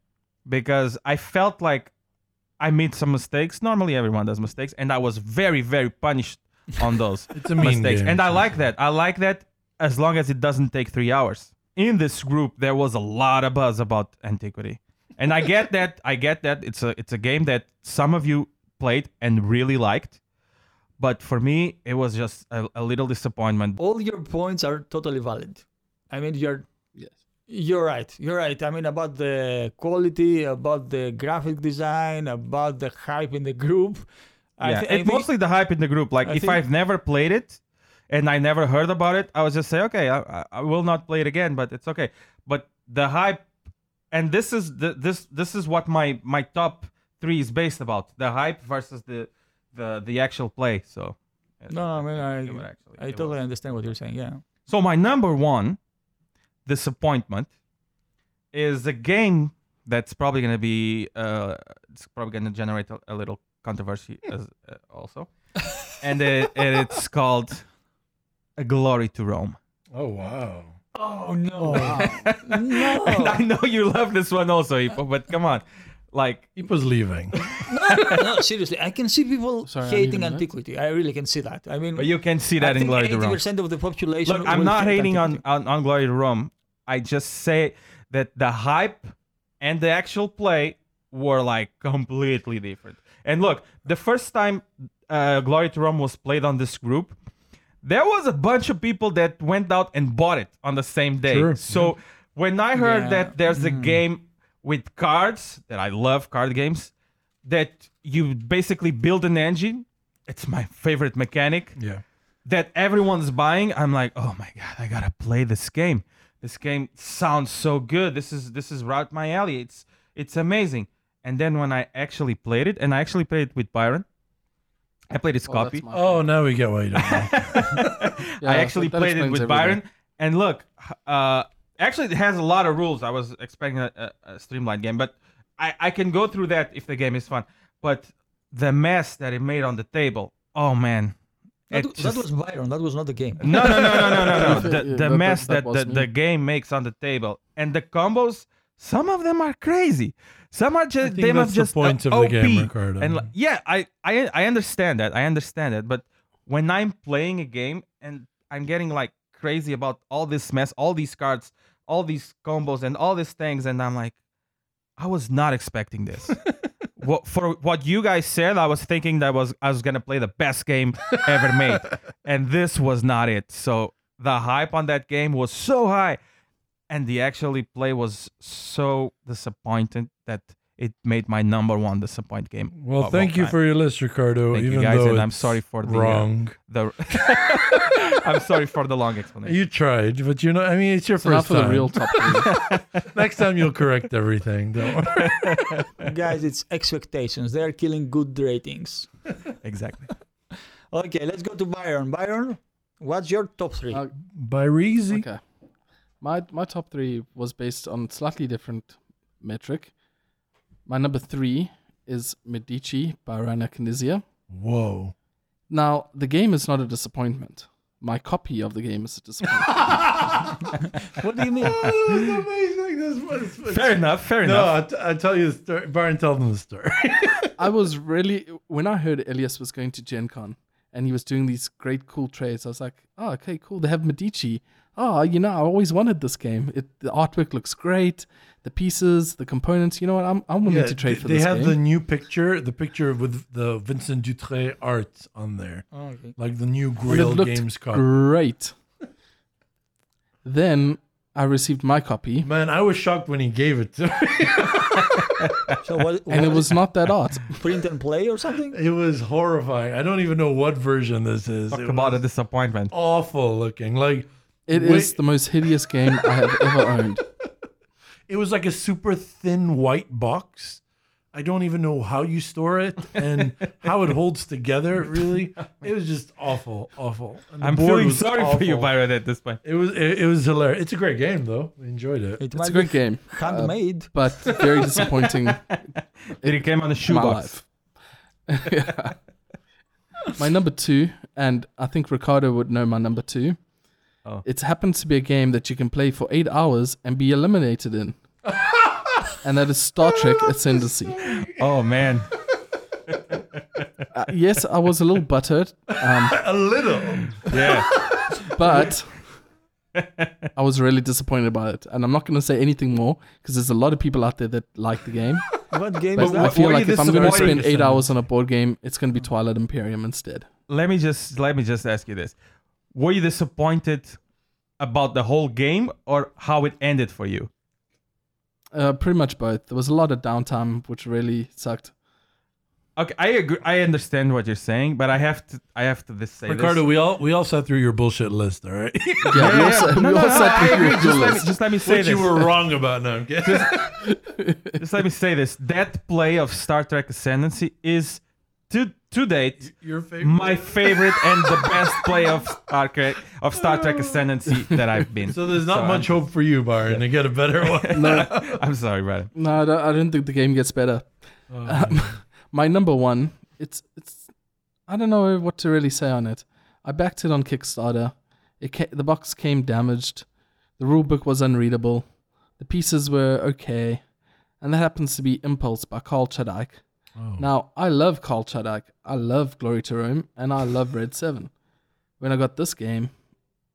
S2: because I felt like I made some mistakes. Normally, everyone does mistakes, and I was very, very punished on those
S1: it's a mean
S2: mistakes.
S1: game.
S2: And I like that. I like that as long as it doesn't take three hours. In this group, there was a lot of buzz about Antiquity, and I get that. I get that. It's a it's a game that some of you played and really liked, but for me, it was just a, a little disappointment.
S4: All your points are totally valid. I mean, you're
S3: Yes.
S4: You're right. You're right. I mean, about the quality, about the graphic design, about the hype in the group. I
S2: yeah,
S4: thi- I
S2: it's
S4: think-
S2: mostly the hype in the group. Like
S4: I
S2: if
S4: think-
S2: I've never played it and I never heard about it, I would just say, okay, I, I- I will not play it again, but it's okay. But the hype, and this is the this this is what my my top three is based about: the hype versus the the the actual play. So
S4: No, no, I mean, I-
S2: it would actually-
S4: I
S2: it
S4: totally
S2: was-
S4: understand what you're saying. Yeah.
S2: so my number one disappointment is a game that's probably going to be uh, it's probably going to generate a, a little controversy
S4: Hmm.
S2: as, uh, also, and it, and it's called a glory to Rome.
S1: oh wow.
S4: Oh no! no!
S2: And I know you love this one also, Ipo, but come on, like
S1: Ipo's leaving.
S4: no, seriously, I can see people
S3: Sorry, I need a
S4: hating
S3: minute.
S4: antiquity. I really can see that. I mean,
S2: but you can see that
S4: I
S2: in
S4: think
S2: glory to
S4: eighty
S2: Rome.
S4: percent of the population.
S2: Look, I'm
S4: will
S2: not
S4: hate
S2: hating on,
S4: antiquity.
S2: on on Glory to Rome. I just say that the hype and the actual play were like completely different. And look, the first time uh, Glory to Rome was played on this group, there was a bunch of people that went out and bought it on the same day.
S1: Sure,
S2: So when I heard
S4: Yeah.
S2: that there's a game with cards that I love card games that you basically build an engine. It's my favorite mechanic
S1: Yeah.
S2: that everyone's buying i'm like oh my god i gotta play this game this game sounds so good this is this is right up my alley it's it's amazing and then when i actually played it and i actually played it with byron i played his
S3: Oh, that's
S2: copy
S3: my
S1: Oh, now we get why you don't. know.
S3: Yeah,
S2: i actually
S3: that
S2: played it
S3: explains
S2: with
S3: everything.
S2: byron and look uh actually it has a lot of rules i was expecting a, a, a streamlined game but i i can go through that if the game is fun but the mess that it made on the table oh man
S4: That,
S2: it
S4: that
S2: just-
S4: was Byron. That was not the game.
S2: no, no, no, no, no, no, no.
S3: Yeah,
S2: The,
S3: that-
S2: the
S3: that-
S2: mess
S3: that
S2: that,
S3: was
S2: the,
S3: me.
S2: the game makes on the table and the combos. Some of them are crazy. Some are
S1: I
S2: just
S1: think
S2: they
S1: that's
S2: must
S1: the
S2: just
S1: point
S2: uh,
S1: of the
S2: OP.
S1: game, Ricardo.
S2: and like, yeah, I, I I understand that. I understand that. But when I'm playing a game and I'm getting like crazy about all this mess, all these cards, all these combos, and all these things, and I'm like, I was not expecting this. what, for what you guys said, I was thinking that was I was gonna play the best game ever made, and this was not it. So the hype on that game was so high, and the actually play was so disappointing that it made my number one disappoint game. of
S1: well,
S2: all
S1: thank you
S2: time.
S1: for your list, Ricardo.
S2: Oh, Thank you,
S1: even
S2: guys,
S1: though
S2: and I'm
S1: it's
S2: sorry for the, uh,
S1: wrong.
S2: the. I'm sorry for the long explanation.
S1: You tried, but you know, I mean, it's your
S3: So now
S1: first
S3: for
S1: time.
S3: the real top three.
S1: Next time you'll correct everything. Don't worry.
S4: Guys, it's expectations. They are killing good ratings.
S2: Exactly.
S4: Okay, let's go to Byron. Byron, what's your top three?
S3: Uh,
S1: By Reezy.
S3: Okay. My my top three was based on slightly different metric. My number three is Medici by Rana Knizia.
S1: Whoa.
S3: Now the game is not a disappointment. My copy of the game is a disappointment.
S4: what do you mean?
S1: That was amazing. this was. was-
S2: Fair enough. Fair
S1: No,
S2: enough.
S1: I'll, t- I'll tell you the story. Byron, tell them the story.
S3: I was really when I heard Elias was going to Gen Con and he was doing these great cool trades, I was like, Oh, okay, cool. They have Medici. Oh, you know, I always wanted this game. It the artwork looks great, the pieces, the components, you know what, I'm I'm willing to trade
S1: they,
S3: for
S1: they
S3: this
S1: have
S3: game.
S1: the new picture, the picture with the Vincent Dutre art on there,
S4: Oh, okay.
S1: like the new
S3: And it
S1: Grill
S3: looked
S1: Games card.
S3: Great. then I received my copy
S1: Man, I was shocked when he gave it to me.
S4: So what?
S3: and it was not that art.
S4: print and play or something.
S1: It was horrifying. I don't even know what version this is.
S2: Talk
S1: It
S2: about a
S1: was
S2: disappointment.
S1: awful looking. Like
S3: It is
S1: Wait.
S3: the most hideous game I have ever owned.
S1: it was like a super thin white box. I don't even know how you store it and how it holds together. Really, it was just awful, awful. And the
S2: I'm
S1: board
S2: feeling
S1: was
S2: sorry for you,
S1: awful.
S2: Byron, at this point.
S1: It was it, it was hilarious. It's a great game though. I enjoyed it.
S4: It
S3: It's
S4: might be
S3: a great game, Uh,
S4: handmade.
S3: but very disappointing
S2: Did it came on the
S3: my
S2: shoebox?
S3: life. Yeah. My number two, and I think Ricardo would know my number two.
S2: Oh.
S3: It happens to be a game that you can play for eight hours and be eliminated in. and that is Star Trek Ascendancy.
S2: Oh man,
S3: Uh, yes, I was a little buttered, um,
S1: A little.
S2: yeah.
S3: but I was really disappointed by it. And I'm not going to say anything more because there's a lot of people out there that like the game.
S4: What game
S3: But
S4: is
S3: I
S4: that?
S1: what-
S3: feel
S1: were
S3: like
S1: you
S3: if I'm going to
S1: disappointed
S3: spend eight
S1: in?
S3: hours on a board game, it's going to be Twilight Imperium instead.
S2: let me just let me just ask you this: Were you disappointed about the whole game or how it ended for you?
S3: Uh, pretty much both. There was a lot of downtime, which really sucked.
S2: Okay, I agree. I understand what you're saying, but I have to. I have to this say
S1: Ricardo,
S2: This.
S1: we all we all sat through your bullshit list, all right?
S3: Yeah, we all sat-
S2: No,
S3: we
S2: no,
S3: all
S2: no,
S3: sat
S2: I
S3: with
S2: agree.
S3: your
S2: Just let, me,
S3: list.
S2: just let me say
S1: Which
S2: this.
S1: you were wrong about now.
S2: just let me say this. That play of Star Trek Ascendancy is to to date
S1: Your favorite.
S2: my favorite and the best play of Star Trek of Star Trek Ascendancy that I've been.
S1: So there's not
S2: So
S1: much hope for you, Byron, to get a better one.
S3: No,
S2: I'm sorry, Brad.
S3: no, I don't, I don't think the game gets better. Um, my number one, it's it's. I don't know what to really say on it. I backed it on Kickstarter. It ca- the box came damaged. The rulebook was unreadable. The pieces were okay, and that happens to be Impulse by Carl Chadike. Now, I love Carl Chaddak, I love Glory to Rome, and I love Red 7. When I got this game,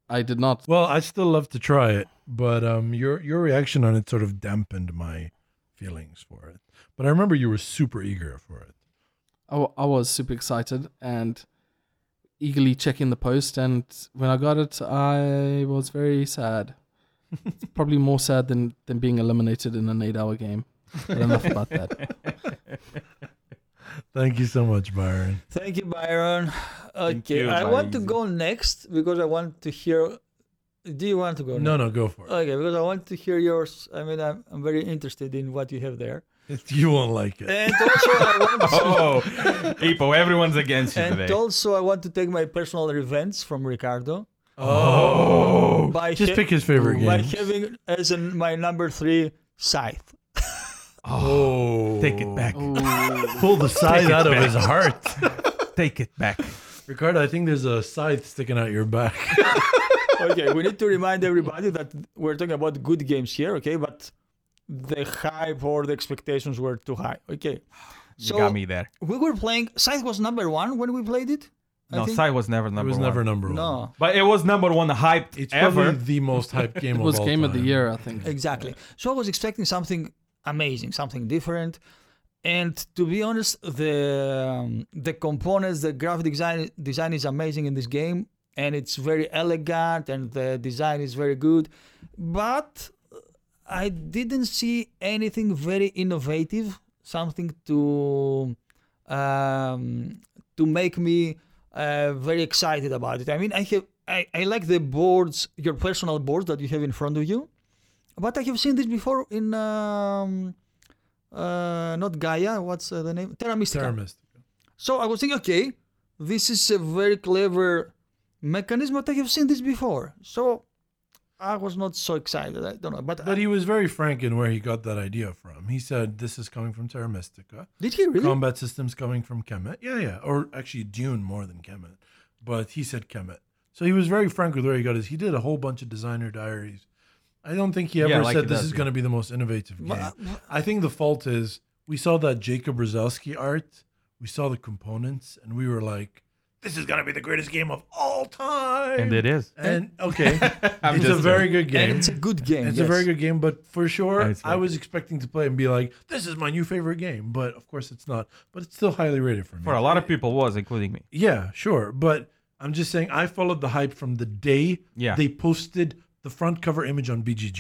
S3: I did not.
S1: Well, I still love to try it, but um, your your reaction on it sort of dampened my feelings for it. But I remember you were super eager for it.
S3: I, wa- I was super excited and eagerly checking the post, and when I got it, I was very sad. It's probably more sad than, than being eliminated in an eight hour game. But enough about that.
S1: Thank you so much, Byron.
S4: Thank you, Byron.
S2: Thank
S4: Okay,
S2: you,
S4: I want to
S2: Byron.
S4: go next because I want to hear. Do you want to go?
S1: No, no, go for it.
S4: Okay, because I want to hear yours. I mean, I'm, I'm very interested in what you have there,
S1: It's- you won't like it.
S4: and also I want to,
S2: Oh, Ipo, everyone's against you
S4: and
S2: today.
S4: also I want to take my personal revenge from Ricardo
S1: Oh,
S4: by
S1: just
S4: ha-
S1: pick his favorite
S4: by
S1: game.
S4: having as in my number three scythe.
S1: Oh,
S2: Take it back.
S3: Ooh.
S1: Pull the scythe out of his heart,
S2: Take it back.
S1: Ricardo. I think there's a scythe sticking out your back.
S4: okay, we need to remind everybody that we're talking about good games here, okay? But the hype or the expectations were too high. Okay,
S2: You
S4: so
S2: got me there.
S4: we were playing. Scythe was number one when we played it. I
S2: No,
S4: think-
S2: Sai was never number
S1: it was
S2: one.
S1: never number one.
S4: No,
S2: But it was number one hyped
S1: It's
S2: ever.
S1: probably the most hyped game.
S3: It was
S1: of all
S3: game of the
S1: time.
S3: year, I think.
S4: exactly. So I was expecting something amazing, something different. And to be honest, the um, the components, the graphic design design is amazing in this game, and it's very elegant, and the design is very good. But I didn't see anything very innovative, something to um, to make me uh, very excited about it. I mean, I have I, I like the boards, your personal boards that you have in front of you, but I have seen this before in um, uh, not Gaia, what's uh, the name? Terra Mystica.
S1: Terra Mystica.
S4: So I was thinking, okay, this is a very clever mechanism, but I have seen this before. So I was not so excited. I don't know, but,
S1: But he was very frank in where he got that idea from. He said, "This is coming from Terra Mystica.
S4: did he really?
S1: Combat systems coming from Kemet. Yeah, yeah, or actually Dune more than Kemet, but he said Kemet. So he was very frank with where he got his. He did a whole bunch of designer diaries, I don't think he ever
S2: Yeah, like
S1: said
S2: he
S1: this
S2: does,
S1: is
S2: yeah.
S1: going to be the most innovative game.
S4: Wha-
S1: I think the fault is we saw that Jacob Brzezelski art, we saw the components, and we were like, "This is going to be the greatest game of all time."
S2: and it is.
S1: And okay,
S2: I'm
S1: it's a
S2: just
S1: very good
S4: And
S1: game.
S4: it's a good game.
S1: It's
S4: yes.
S1: a very good game, but for sure,
S2: It's
S1: I
S2: very
S1: was expecting to play and be like, "This is my new favorite game," but of course, it's not. But it's still highly rated for me.
S2: For a lot of people, was including me.
S1: yeah, sure. But I'm just saying, I followed the hype from the day
S2: Yeah.
S1: they posted the front cover image on BGG.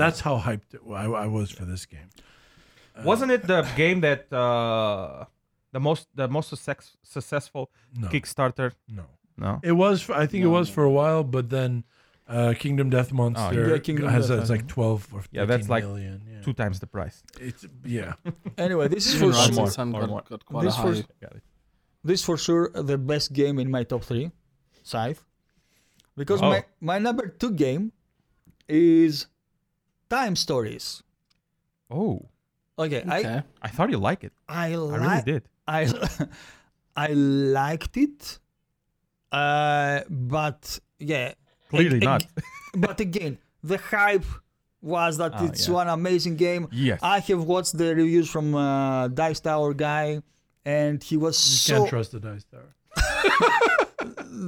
S1: That's how hyped it- I, I was for this game.
S2: Wasn't it the game that uh, the most the most success, successful
S1: No,
S2: Kickstarter?
S1: no.
S2: No.
S1: It was. For, I think it
S3: No,
S1: was
S3: no.
S1: for a while, but then uh, Kingdom Death Monster
S2: Oh,
S4: Yeah, Kingdom
S1: has uh,
S4: Death,
S1: it's
S4: I
S1: like twelve or
S2: Yeah, that's
S1: 13
S2: like
S1: million, yeah.
S2: Two times the price.
S1: It's yeah.
S4: Anyway, this is
S3: Even
S4: for
S2: Or
S3: Rising
S4: sure,
S2: more,
S3: Sun
S2: or
S3: got,
S2: more.
S3: got quite
S4: This
S3: a high.
S4: was- this for sure the best game in my top three, Scythe, because
S2: Wow.
S4: my my number two game is Time Stories.
S2: Oh,
S4: Okay, I
S3: Okay.
S2: I thought you liked it.
S4: I
S2: I
S4: like
S2: really did.
S4: I I liked it, uh, but yeah,
S2: Clearly
S4: ag-
S2: not.
S4: but again, the hype was that
S2: Ah,
S4: it's
S2: yeah.
S4: one amazing game.
S2: Yes.
S4: I have watched the reviews from uh, Dice Tower guy, and he was
S1: You
S4: so
S1: can't trust the dice tower.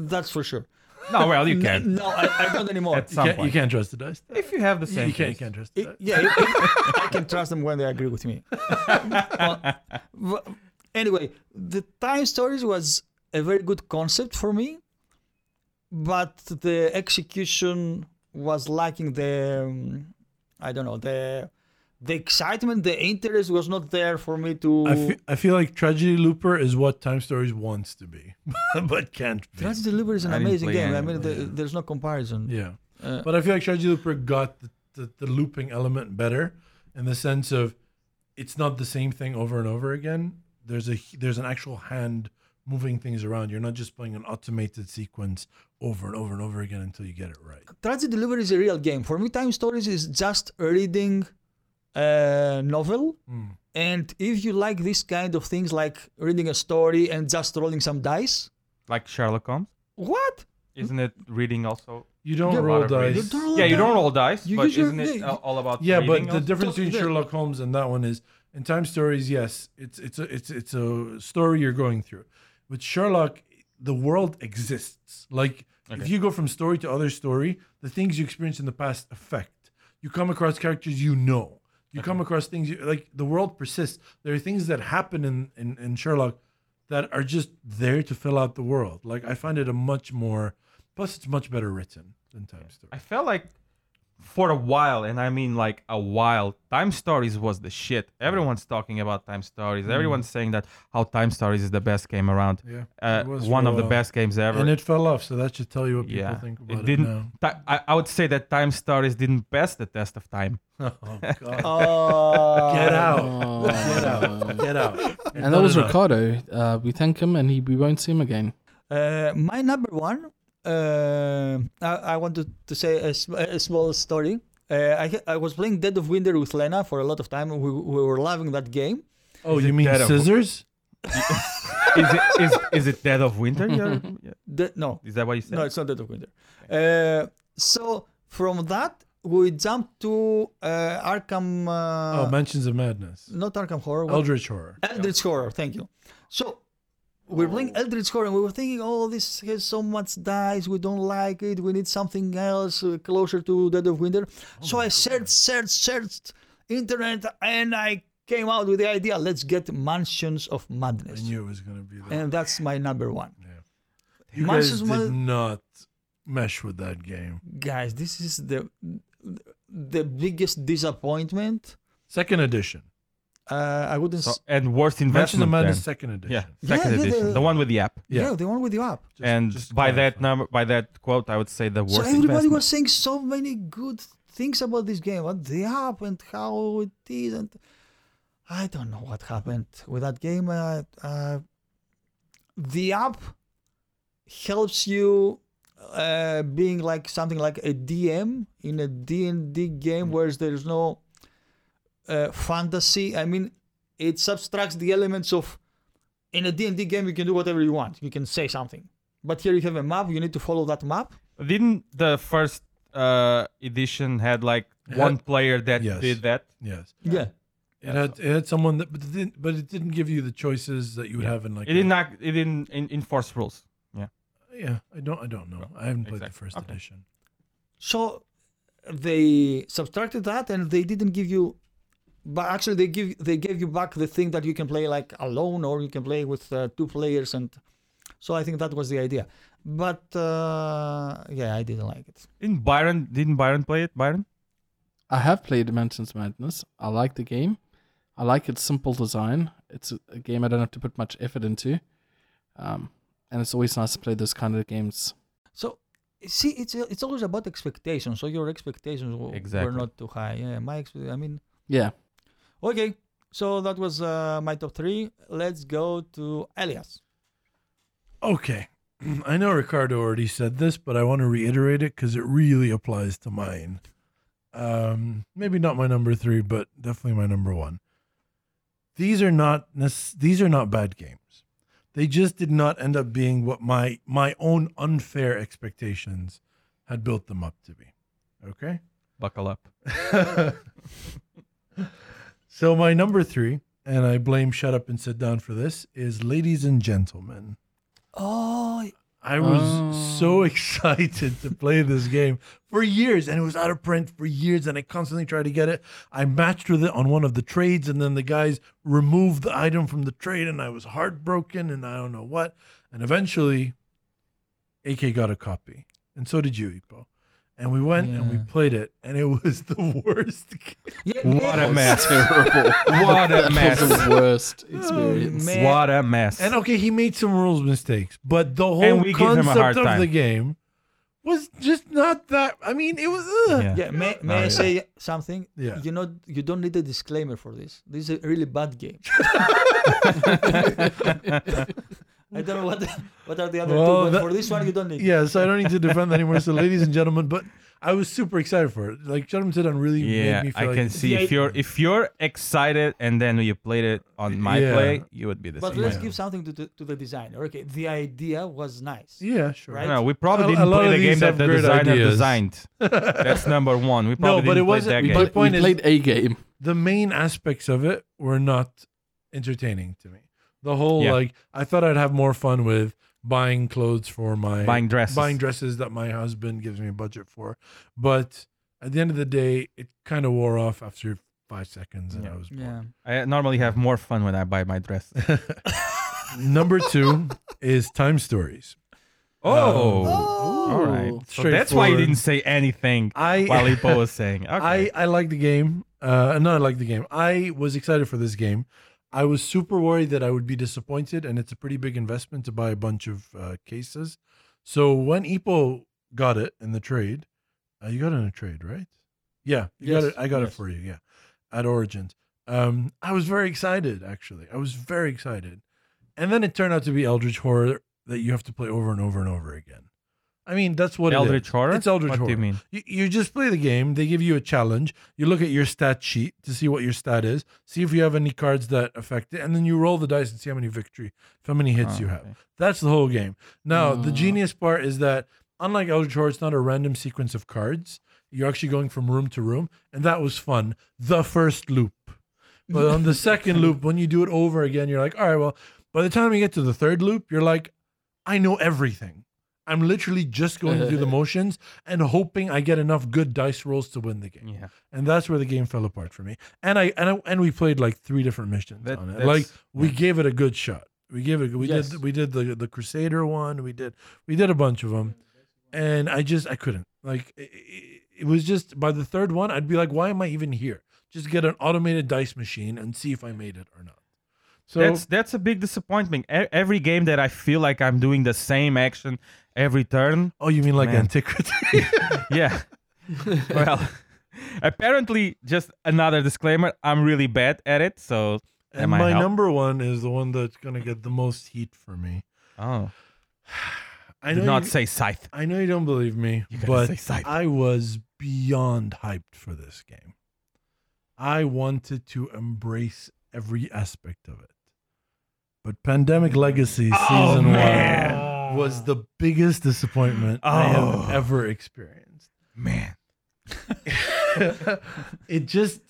S4: that's for sure.
S2: no, well, you can.
S4: No, I, I don't anymore.
S2: At
S1: You
S2: some
S1: can't, you
S2: point.
S1: can't trust the dice tower.
S2: If you have the same,
S1: You can't, you
S2: taste.
S1: can't trust the
S4: I-
S1: dice.
S4: yeah, I I can trust them when they agree with me. Well, anyway, the time stories was a very good concept for me, but the execution was lacking. The um, I don't know the the excitement, the interest was not there for me to.
S1: I feel, I feel like Tragedy Looper is what Time Stories wants to be, but can't be.
S4: Tragedy Delivery is an
S2: I didn't
S4: amazing
S2: play
S4: game.
S2: any
S4: I
S2: of
S4: mean,
S2: them,
S4: the, there's no comparison.
S1: Yeah.
S4: Uh,
S1: but I feel like Tragedy Looper got the, the, the looping element better in the sense of it's not the same thing over and over again. There's a there's an actual hand moving things around. You're not just playing an automated sequence over and over and over again until you get it right.
S4: Tragedy Delivery is a real game. For me, Time Stories is just reading a novel.
S1: Hmm.
S4: And if you like this kind of things, like reading a story and just rolling some dice,
S2: Like Sherlock Holmes,
S4: what?
S2: isn't it reading also?
S1: You don't
S4: Yeah,
S2: a
S1: roll
S2: lot of reading.
S1: dice.
S4: You don't roll
S2: Yeah, you don't
S4: dice.
S2: roll dice,
S4: You
S2: but
S4: use your-
S2: isn't it
S4: yeah,
S2: uh, all about?
S1: yeah, but
S2: reading
S1: the
S2: also?
S1: difference
S4: Don't-
S1: between
S4: the-
S1: Sherlock Holmes and that one is in Time Stories. Yes, it's it's a it's it's a story you're going through. With Sherlock, the world exists. Like if
S2: Okay.
S1: you go from story to other story, the things you experience in the past affect. You come across characters you know. You come across things you, like the world persists. There are things that happen in, in in Sherlock that are just there to fill out the world. Like I find it a much more. Plus, it's much better written than Time Stories.
S2: I felt like for a while, and I mean like a while, Time Stories was the shit. Everyone's talking about Time Stories. Everyone's
S4: Hmm.
S2: saying that how Time Stories is the best game around.
S1: Yeah,
S2: Uh,
S1: it was
S2: one
S1: for a
S2: of the
S1: while.
S2: best games ever.
S1: And it fell off, so that should tell you what people
S2: yeah,
S1: think about it.
S2: it didn't.
S1: now.
S2: ti- I, I would say that Time Stories didn't pass the test of time.
S1: Oh God!
S4: Uh,
S1: Get out!
S3: Oh.
S1: Get out! Get out!
S3: And that was Ricardo. Uh, we thank him, and he, we won't see him again.
S4: Uh, my number one, uh, I, I wanted to say a, sm- a small story. Uh, I, ha- I was playing Dead of Winter with Lena for a lot of time. We, we were loving that game.
S1: Oh, you mean
S2: Dead of-
S1: scissors?
S2: Is it is, is it Dead of Winter? Yeah, yeah.
S4: The, no,
S2: Is that what you said?
S4: No, it's not Dead of Winter. Uh, so from that we jump to uh, Arkham. Uh,
S1: oh, Mansions of Madness,
S4: not Arkham Horror. what-
S1: Eldritch Horror. Oh.
S4: Eldritch Horror. Thank you. So we're playing Eldritch Horror, and we were thinking, oh, this has so much dice. We don't like it. We need something else uh, closer to Dead of Winter.
S1: Oh
S4: so I searched, searched, searched internet, and I came out with the idea: let's get Mansions of
S1: I
S4: Madness,
S1: knew it was gonna be that.
S4: and that's my number one.
S1: you guys
S4: Mansions
S1: did
S4: of Madness-
S1: not mesh with that game.
S4: guys this is the the biggest disappointment
S1: Second edition.
S4: uh, i wouldn't
S2: So-
S4: s-
S2: and
S1: Mansions
S2: worst
S1: of
S2: investment.
S1: Madness,
S2: then.
S1: second edition.
S2: Yeah,
S4: Yeah,
S2: second
S4: yeah,
S2: edition,
S4: the-
S2: the one with the app.
S4: yeah.
S1: yeah.
S4: the one with you up
S1: Just-
S2: and
S1: just
S2: by that
S1: clarify.
S2: number, by that quote, I would say the worst
S4: so everybody
S2: investment.
S4: was saying so many good things about this game what the app and how it is and i don't know what happened with that game uh, uh, the app helps you uh, being like something like a dm in a d&d game
S2: Mm.
S4: where there's no uh, fantasy i mean it subtracts the elements of in a d&d game you can do whatever you want you can say something but here you have a map you need to follow that map
S2: Didn't the first uh, edition had like
S1: It
S2: one
S1: had-
S2: player that
S1: Yes.
S2: did that.
S1: Yes.
S4: Yeah.
S1: It had, it had someone that, but it, didn't, but it didn't give you the choices that you would have in like.
S2: It did not. It didn't en- enforce rules.
S1: Yeah, I don't. I don't know. I haven't played the
S2: exactly.
S1: first
S2: Okay.
S1: edition.
S4: So they subtracted that, and they didn't give you. But actually, they give they gave you back the thing that you can play like alone, or you can play with uh, two players, and so I think that was the idea. But uh, yeah, I didn't like it.
S2: Didn't Byron? Didn't Byron play it? Byron?
S3: I have played Dimensions Madness. I like the game. I like its simple design. It's a, a game I don't have to put much effort into. Um, and it's always nice to play those kind of games.
S4: So see, it's it's always about expectations. So your expectations w- were
S2: Exactly.
S4: not too high. Yeah, my expe- I mean,
S3: Yeah.
S4: okay. So that was uh, my top three. Let's go to Elias.
S1: Okay, I know Ricardo already said this, but I want to reiterate it because it really applies to mine. Um, maybe not my number three, but definitely my number one. These are not nec- these are not bad games. They just did not end up being what my my own unfair expectations had built them up to be. Okay.
S2: Buckle up.
S1: so my number three, and I blame Shut Up and Sit Down for this, is Ladies and Gentlemen.
S4: Oh,
S1: I was so
S3: Oh.
S1: excited to play this game for years, and it was out of print for years, and I constantly tried to get it. I matched with it on one of the trades, and then the guys removed the item from the trade, and I was heartbroken, and I don't know what. And eventually, AK got a copy, and so did you, Ipo. And we went and we
S4: Yeah.
S1: played it, and it was the worst game.
S4: yeah,
S2: What a
S4: yeah.
S2: mess.
S3: Terrible.
S2: What a
S3: that was
S2: mess.
S3: the worst
S4: Oh,
S3: experience.
S4: man.
S2: What a mess.
S1: And uh, okay, he made some rules mistakes, but the whole
S2: we give him a
S1: concept
S2: hard
S1: of
S2: time.
S1: the game was just not that. I mean, it was. Ugh.
S2: Yeah.
S4: Yeah, may, may I
S2: yeah.
S4: say something?
S1: Yeah.
S4: You know, you don't need a disclaimer for this. This is a really bad game. I don't know what what are the other
S1: Well,
S4: two, but
S1: that-
S4: for this one you don't need.
S1: Yeah, so I don't need to defend that anymore. So, ladies and gentlemen, but I was super excited for it. Like, gentlemen, sit down really
S2: Yeah,
S1: made me feel
S2: I
S1: like
S2: can see if you're if you're excited and then you played it on my
S1: Yeah.
S2: play, you would be the
S4: But
S2: same.
S4: let's
S1: Yeah.
S4: give something to the, to the designer. Okay, the idea was nice.
S1: Yeah, sure.
S4: Right?
S2: No, we probably
S1: A- a
S2: didn't
S1: lot
S2: play
S1: of
S2: the game
S1: these
S2: that
S1: have
S2: the
S1: great
S2: designer
S1: ideas.
S2: designed. That's number one. We probably
S1: No, but
S2: didn't
S1: it
S2: play
S1: wasn't-
S2: that
S1: we
S2: game.
S1: My
S3: My
S1: point
S3: point
S1: is-
S3: played a game.
S1: The main aspects of it were not entertaining to me. The whole,
S2: Yeah.
S1: like, I thought I'd have more fun with buying clothes for my
S2: buying dresses.
S1: buying dresses that my husband gives me a budget for. But at the end of the day, it kind of wore off after five seconds, and
S2: Yeah.
S1: I was bored.
S4: Yeah.
S2: I normally have more fun when I buy my dress.
S1: Number two is time stories.
S2: Oh, all
S3: Oh.
S2: right. So that's why you
S1: Straightforward.
S2: didn't say anything
S1: I
S2: while Ipo was saying. Okay.
S1: I, I like the game. Uh, no, I like the game. I was excited for this game. I was super worried that I would be disappointed, and it's a pretty big investment to buy a bunch of uh, cases. So when Ipo got it in the trade, uh, you got it in a trade, right? Yeah, you got
S4: Yes,
S1: it. I got it
S4: yes.
S1: for you. Yeah, at Origins. Um, I was very excited. Actually, I was very excited, and then it turned out to be Eldritch Horror that you have to play over and over and over again. I mean, that's what it is.
S2: Eldritch Horror?
S1: It's Eldritch
S2: what
S1: Horror.
S2: do you mean?
S1: You, you just play the game. They give you a challenge. You look at your stat sheet to see what your stat is, see if you have any cards that affect it, and then you roll the dice and see how many victory, how many hits
S2: Oh,
S1: you have.
S2: okay.
S1: That's the whole game. Now, the
S3: Mm.
S1: genius part is that unlike Eldritch Horror, it's not a random sequence of cards. You're actually going from room to room, and that was fun. The first loop. But on the second loop, when you do it over again, you're like, all right, well, by the time you get to the third loop, you're like, I know everything. I'm literally just going to do the motions and hoping I get enough good dice rolls to win the game.
S2: Yeah.
S1: And that's where the game fell apart for me. And I and I, and we played like three different missions
S2: That-
S1: on it.
S2: that's-
S1: Like we
S2: yeah.
S1: gave it a good shot. We gave it. We
S4: Yes.
S1: did. We did the the Crusader one. We did. We did a bunch of them, and I just I couldn't. Like it, it, it was just by the third one, I'd be like, why am I even here? Just get an automated dice machine and see if I made it or not. So
S2: that's that's a big disappointment. E- every game that I feel like I'm doing the same action every turn,
S1: oh, you mean like
S2: Man.
S1: antiquity?
S2: yeah. well, apparently, just another disclaimer. I'm really bad at it, so
S1: and
S2: Am I
S1: my
S2: help?
S1: number one is the one that's gonna get the most heat for me.
S2: oh,
S1: I
S2: I
S1: know.
S2: did not
S1: you,
S2: say scythe.
S1: I know you don't believe me,
S2: You gotta
S1: but
S2: say scythe.
S1: I was beyond hyped for this game. I wanted to embrace every aspect of it. But Pandemic Legacy
S2: Oh,
S1: Season
S2: man.
S1: 1 was the biggest disappointment I
S2: Oh.
S1: have ever experienced.
S2: Man.
S1: it just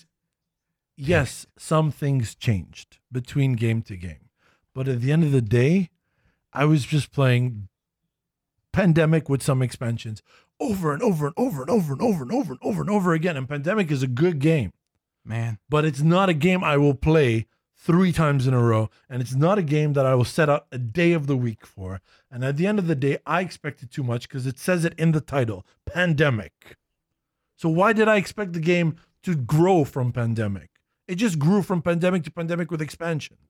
S1: yes some things changed between game to game but at the end of the day i was just playing pandemic with some expansions over and over and over and over and over and over and over and over again and pandemic is a good game
S2: Man.
S1: but it's not a game I will play three times in a row. And it's not a game that I will set out a day of the week for. And at the end of the day, I expected too much because it says it in the title Pandemic. So why did I expect the game to grow from Pandemic? It just grew from Pandemic to Pandemic with expansions.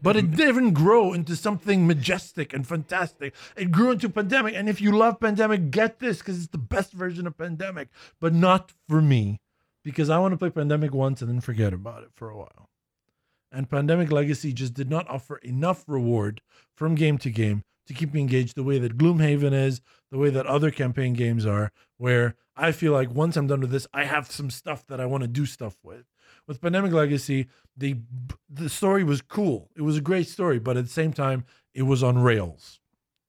S1: But it didn't grow into something majestic and fantastic. It grew into Pandemic. And if you love Pandemic, get this because it's the best version of Pandemic, but not for me because I want to play Pandemic once and then forget about it for a while. And Pandemic Legacy just did not offer enough reward from game to game to keep me engaged the way that Gloomhaven is, the way that other campaign games are, where I feel like once I'm done with this, I have some stuff that I want to do stuff with. With Pandemic Legacy, the the story was cool. It was a great story, but at the same time, it was on rails.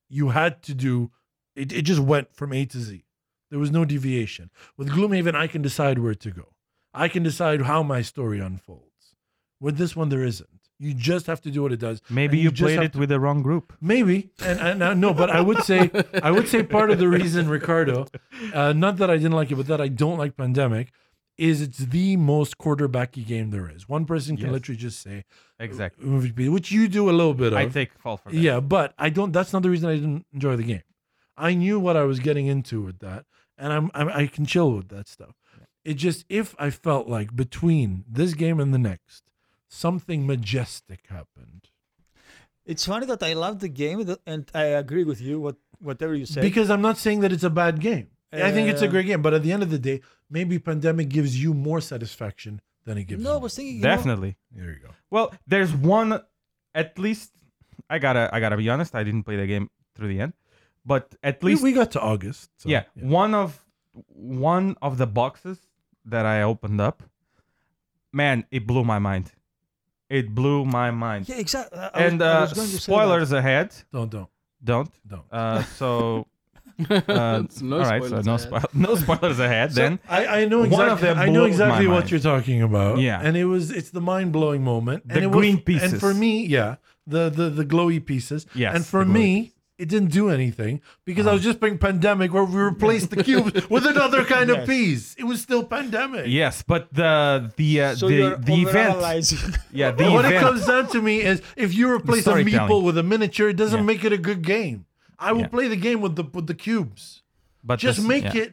S1: You had to do it, it just went from A to Z. There was no deviation. With Gloomhaven, I can decide where to go. I can decide how my story unfolds. With this one, there isn't. You just have to do what it does.
S2: Maybe
S1: And
S2: you,
S1: just
S2: played
S1: have
S2: it
S1: to-
S2: with the wrong group.
S1: Maybe, and, and uh, no, but I would say I would say part of the reason Ricardo, uh, not that I didn't like it, but that I don't like Pandemic, is it's the most quarterbacky game there is. One person can
S2: Yes.
S1: literally just say
S2: Exactly.
S1: MVP, which you do a little bit of.
S2: I take fault for that.
S1: Yeah, but I don't. That's not the reason I didn't enjoy the game. I knew what I was getting into with that, and I'm, I'm I can chill with that stuff. It just if I felt like between this game and the next, something majestic happened
S4: It's funny that I love the game th- and I agree with you what whatever you say.
S1: because I'm not saying that it's a bad game. I think it's a
S4: Uh,
S1: great game, but at the end of the day, maybe Pandemic gives you more satisfaction than it gives.
S4: no, I
S1: me.
S4: was thinking you know,
S2: Definitely.
S1: there you go.
S2: Well, there's one at least I gotta I gotta be honest, I didn't play the game through the end. But at
S1: We,
S2: least
S1: we got to August. so,
S2: yeah, one of one of the boxes that I opened up, man, it blew my mind. It blew my mind.
S4: Yeah, exactly. I,
S2: and
S4: was, I
S2: uh,
S4: was going to say that.
S2: spoilers ahead,
S1: Don't don't
S2: don't.
S1: don't.
S2: Uh, so uh,
S3: It's no
S2: all right,
S3: spoilers
S2: so no,
S3: ahead.
S2: spoil- no spoilers ahead.
S1: So
S2: then
S1: I, I know
S2: one
S1: exactly,
S2: of them
S1: I know
S2: blew
S1: exactly
S2: my
S1: what
S2: mind.
S1: you're talking about.
S2: Yeah.
S1: and it was it's the mind blowing moment.
S2: The
S1: and it
S2: green
S1: was,
S2: pieces.
S1: and for me, yeah, the the the glowy pieces.
S2: Yes,
S1: and for
S2: the glowy Uh-huh.
S1: me, it didn't do anything because I was just playing pandemic where we replaced the cubes with another kind of
S4: Yes.
S1: piece. It was still pandemic.
S2: yes, but the the uh,
S4: So
S2: the
S4: you're
S2: the event,
S4: overanalyzing.
S2: yeah, the
S1: But what it
S2: event.
S1: comes down to me is if you replace a
S2: Storytelling.
S1: meeple with a miniature, it doesn't
S2: Yeah.
S1: make it a good game. I will
S2: Yeah.
S1: play the game with the with the cubes.
S2: but
S1: just
S2: this-
S1: make
S2: yeah.
S1: it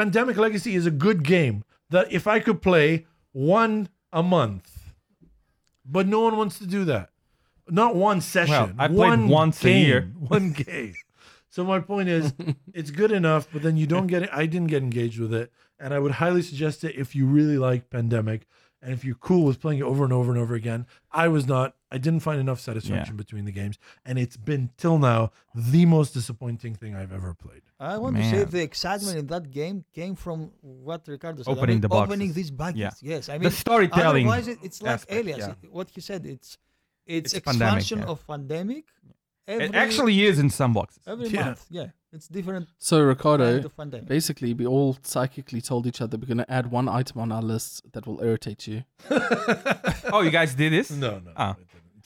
S1: pandemic legacy is a good game that if i could play one a month but no one wants to do that not one session
S2: I played
S1: one
S2: once a
S1: game,
S2: year.
S1: one game so my point is it's good enough but then you don't get it i didn't get engaged with it and i would highly suggest it if you really like pandemic and if you're cool with playing it over and over and over again i was not i didn't find enough satisfaction between the games and it's been till now the most disappointing thing i've ever played
S4: I want to say
S2: Man.
S4: the excitement in that game came from what Ricardo said. I
S2: Opening
S4: mean,
S2: the
S4: Opening
S2: boxes.
S4: these boxes.
S2: Yeah.
S4: Yes. I mean,
S2: the storytelling.
S4: Otherwise, it, it's like
S2: aspect,
S4: alias.
S2: yeah.
S4: It- What he said, it's it's,
S2: It's pandemic,
S4: expansion
S2: yeah.
S4: of pandemic. Every,
S2: It actually is in some boxes.
S4: every
S1: Yeah.
S4: month, yeah, it's different
S3: So
S4: kind
S3: Ricardo,
S4: of pandemic.
S3: basically, we all psychically told each other we're going to add one item on our list that will irritate you.
S2: Oh, you guys did this?
S1: No, no.
S2: Ah.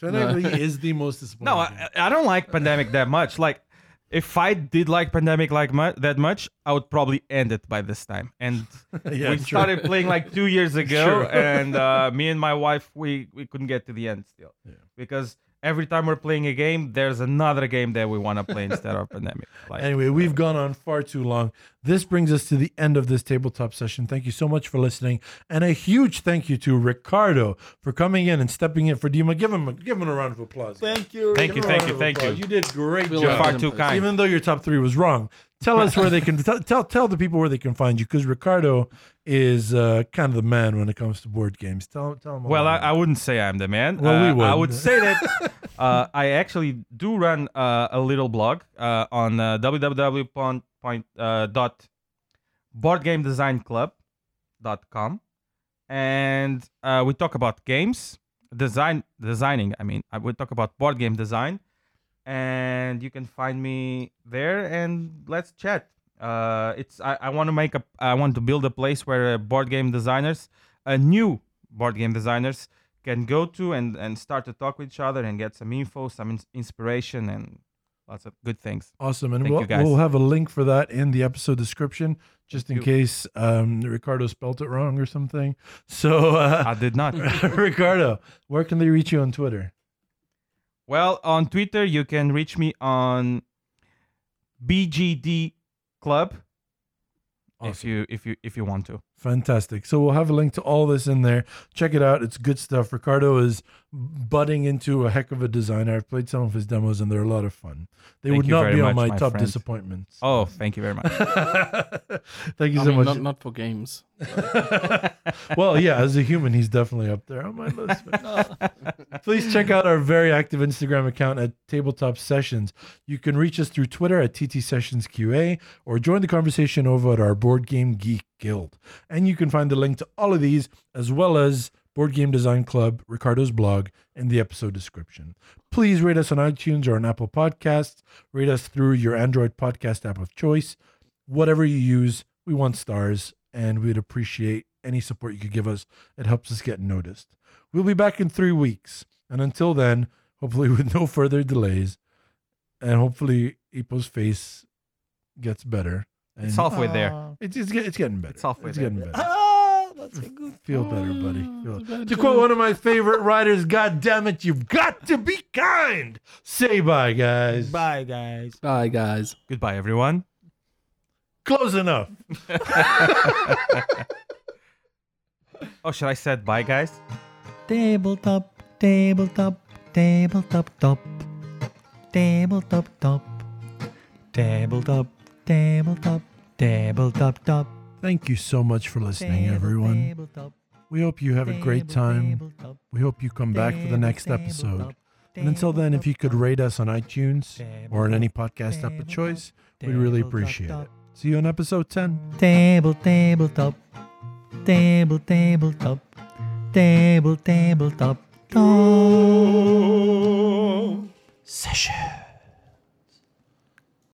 S1: Pandemic is the most disappointing.
S2: No,
S1: game.
S2: I, I don't like pandemic that much. Like, if I did like pandemic like mu- that much, I would probably end it by this time. And
S1: yeah,
S2: uh, we
S1: true.
S2: started playing like two years ago,
S1: Sure.
S2: and uh, me and my wife we we couldn't get to the end still
S1: Yeah.
S2: because every time we're playing a game, there's another game that we want to play instead of pandemic. Like,
S1: Anyway, we've gone on far too long. This brings us to the end of this tabletop session. Thank you so much for listening, and a huge thank you to Ricardo for coming in and stepping in for Dima. Give him a, give him a round of applause.
S4: Thank you.
S2: Thank
S1: Give
S2: you,
S1: him a
S2: thank
S1: round
S2: you,
S1: of
S2: thank you.
S1: applause. You did great
S3: We'll
S2: you're
S1: job.
S3: love
S2: far
S3: it.
S2: too kind.
S1: Even though your top three was wrong, tell us where they can tell, tell tell the people where they can find you because Ricardo is uh, kind of the man when it comes to board games. Tell tell him. all
S2: Well, I,
S1: about
S2: I wouldn't say I'm the man.
S1: Well,
S2: Uh,
S1: we
S2: I
S1: would.
S2: would say that uh, I actually do run uh, a little blog uh, on uh, www.boardgamedesignclub.com. And uh, we talk about games, design, designing, I mean, uh, we talk about board game design. And you can find me there and let's chat. Uh, it's I, I want to make a I want to build a place where uh, board game designers, uh, new board game designers, can go to and and start to talk with each other and get some info, some ins- inspiration, and lots of good things.
S1: Awesome. And
S2: Thank
S1: we'll,
S2: you, guys.
S1: we'll have a link for that in the episode description just in
S2: you.
S1: case um, Ricardo spelt it wrong or something. So, uh,
S2: I did not.
S1: Ricardo, where can they reach you on Twitter?
S2: Well, on Twitter, you can reach me on BGD Club if
S1: Awesome.
S2: you if you if you want to.
S1: Fantastic. So we'll have a link to all this in there. Check it out. It's good stuff. Ricardo is butting into a heck of a designer. I've played some of his demos and they're a lot of fun. They
S2: Thank
S1: would
S2: you
S1: not
S2: very
S1: be on my,
S2: much, my
S1: top
S2: friend.
S1: disappointments.
S2: Oh, thank you very much.
S1: Thank you
S3: I
S1: so
S3: mean,
S1: much.
S3: not, not for games.
S1: well, yeah, as a human, he's definitely up there on my list. but- Please check out our very active Instagram account at Tabletop Sessions. You can reach us through Twitter at TT Sessions QA or join the conversation over at our Board Game Geek Guild. And you can find the link to all of these as well as Board Game Design Club, Ricardo's blog, in the episode description. Please rate us on iTunes or on Apple Podcasts. Rate us through your Android podcast app of choice whatever you use, we want stars and we'd appreciate any support you could give us. It helps us get noticed. We'll be back in three weeks. And until then, hopefully with no further delays. And hopefully Ipo's face gets better. And
S2: It's halfway there.
S1: It's, it's, get- it's getting better.
S2: It's halfway
S1: It's
S2: there.
S1: getting better.
S4: Ah, that's a good.
S1: Feel better, buddy.
S5: Oh,
S1: Feel-
S3: Ah,
S1: to quote one of my favorite writers, God damn it, you've got to be kind. Say bye, guys.
S4: Bye, guys.
S3: Bye, guys.
S2: Goodbye, everyone.
S1: Close enough.
S2: Oh, should I said bye, guys?
S5: Tabletop, tabletop, tabletop, top. Tabletop, top. Tabletop, tabletop, tabletop, top.
S1: Thank you so much for listening,
S5: Table,
S1: everyone.
S5: tabletop,
S1: We hope you have a great
S5: table,
S1: time.
S5: tabletop,
S1: We hope you come back for the
S5: table,
S1: next
S5: tabletop,
S1: episode. And until then, if you could
S5: tabletop,
S1: rate us on iTunes or on any podcast app of choice, we'd really
S5: tabletop,
S1: appreciate it.
S5: top.
S1: See you on episode 10.
S5: Table, tabletop. Table, tabletop. Table, tabletop, top. Session.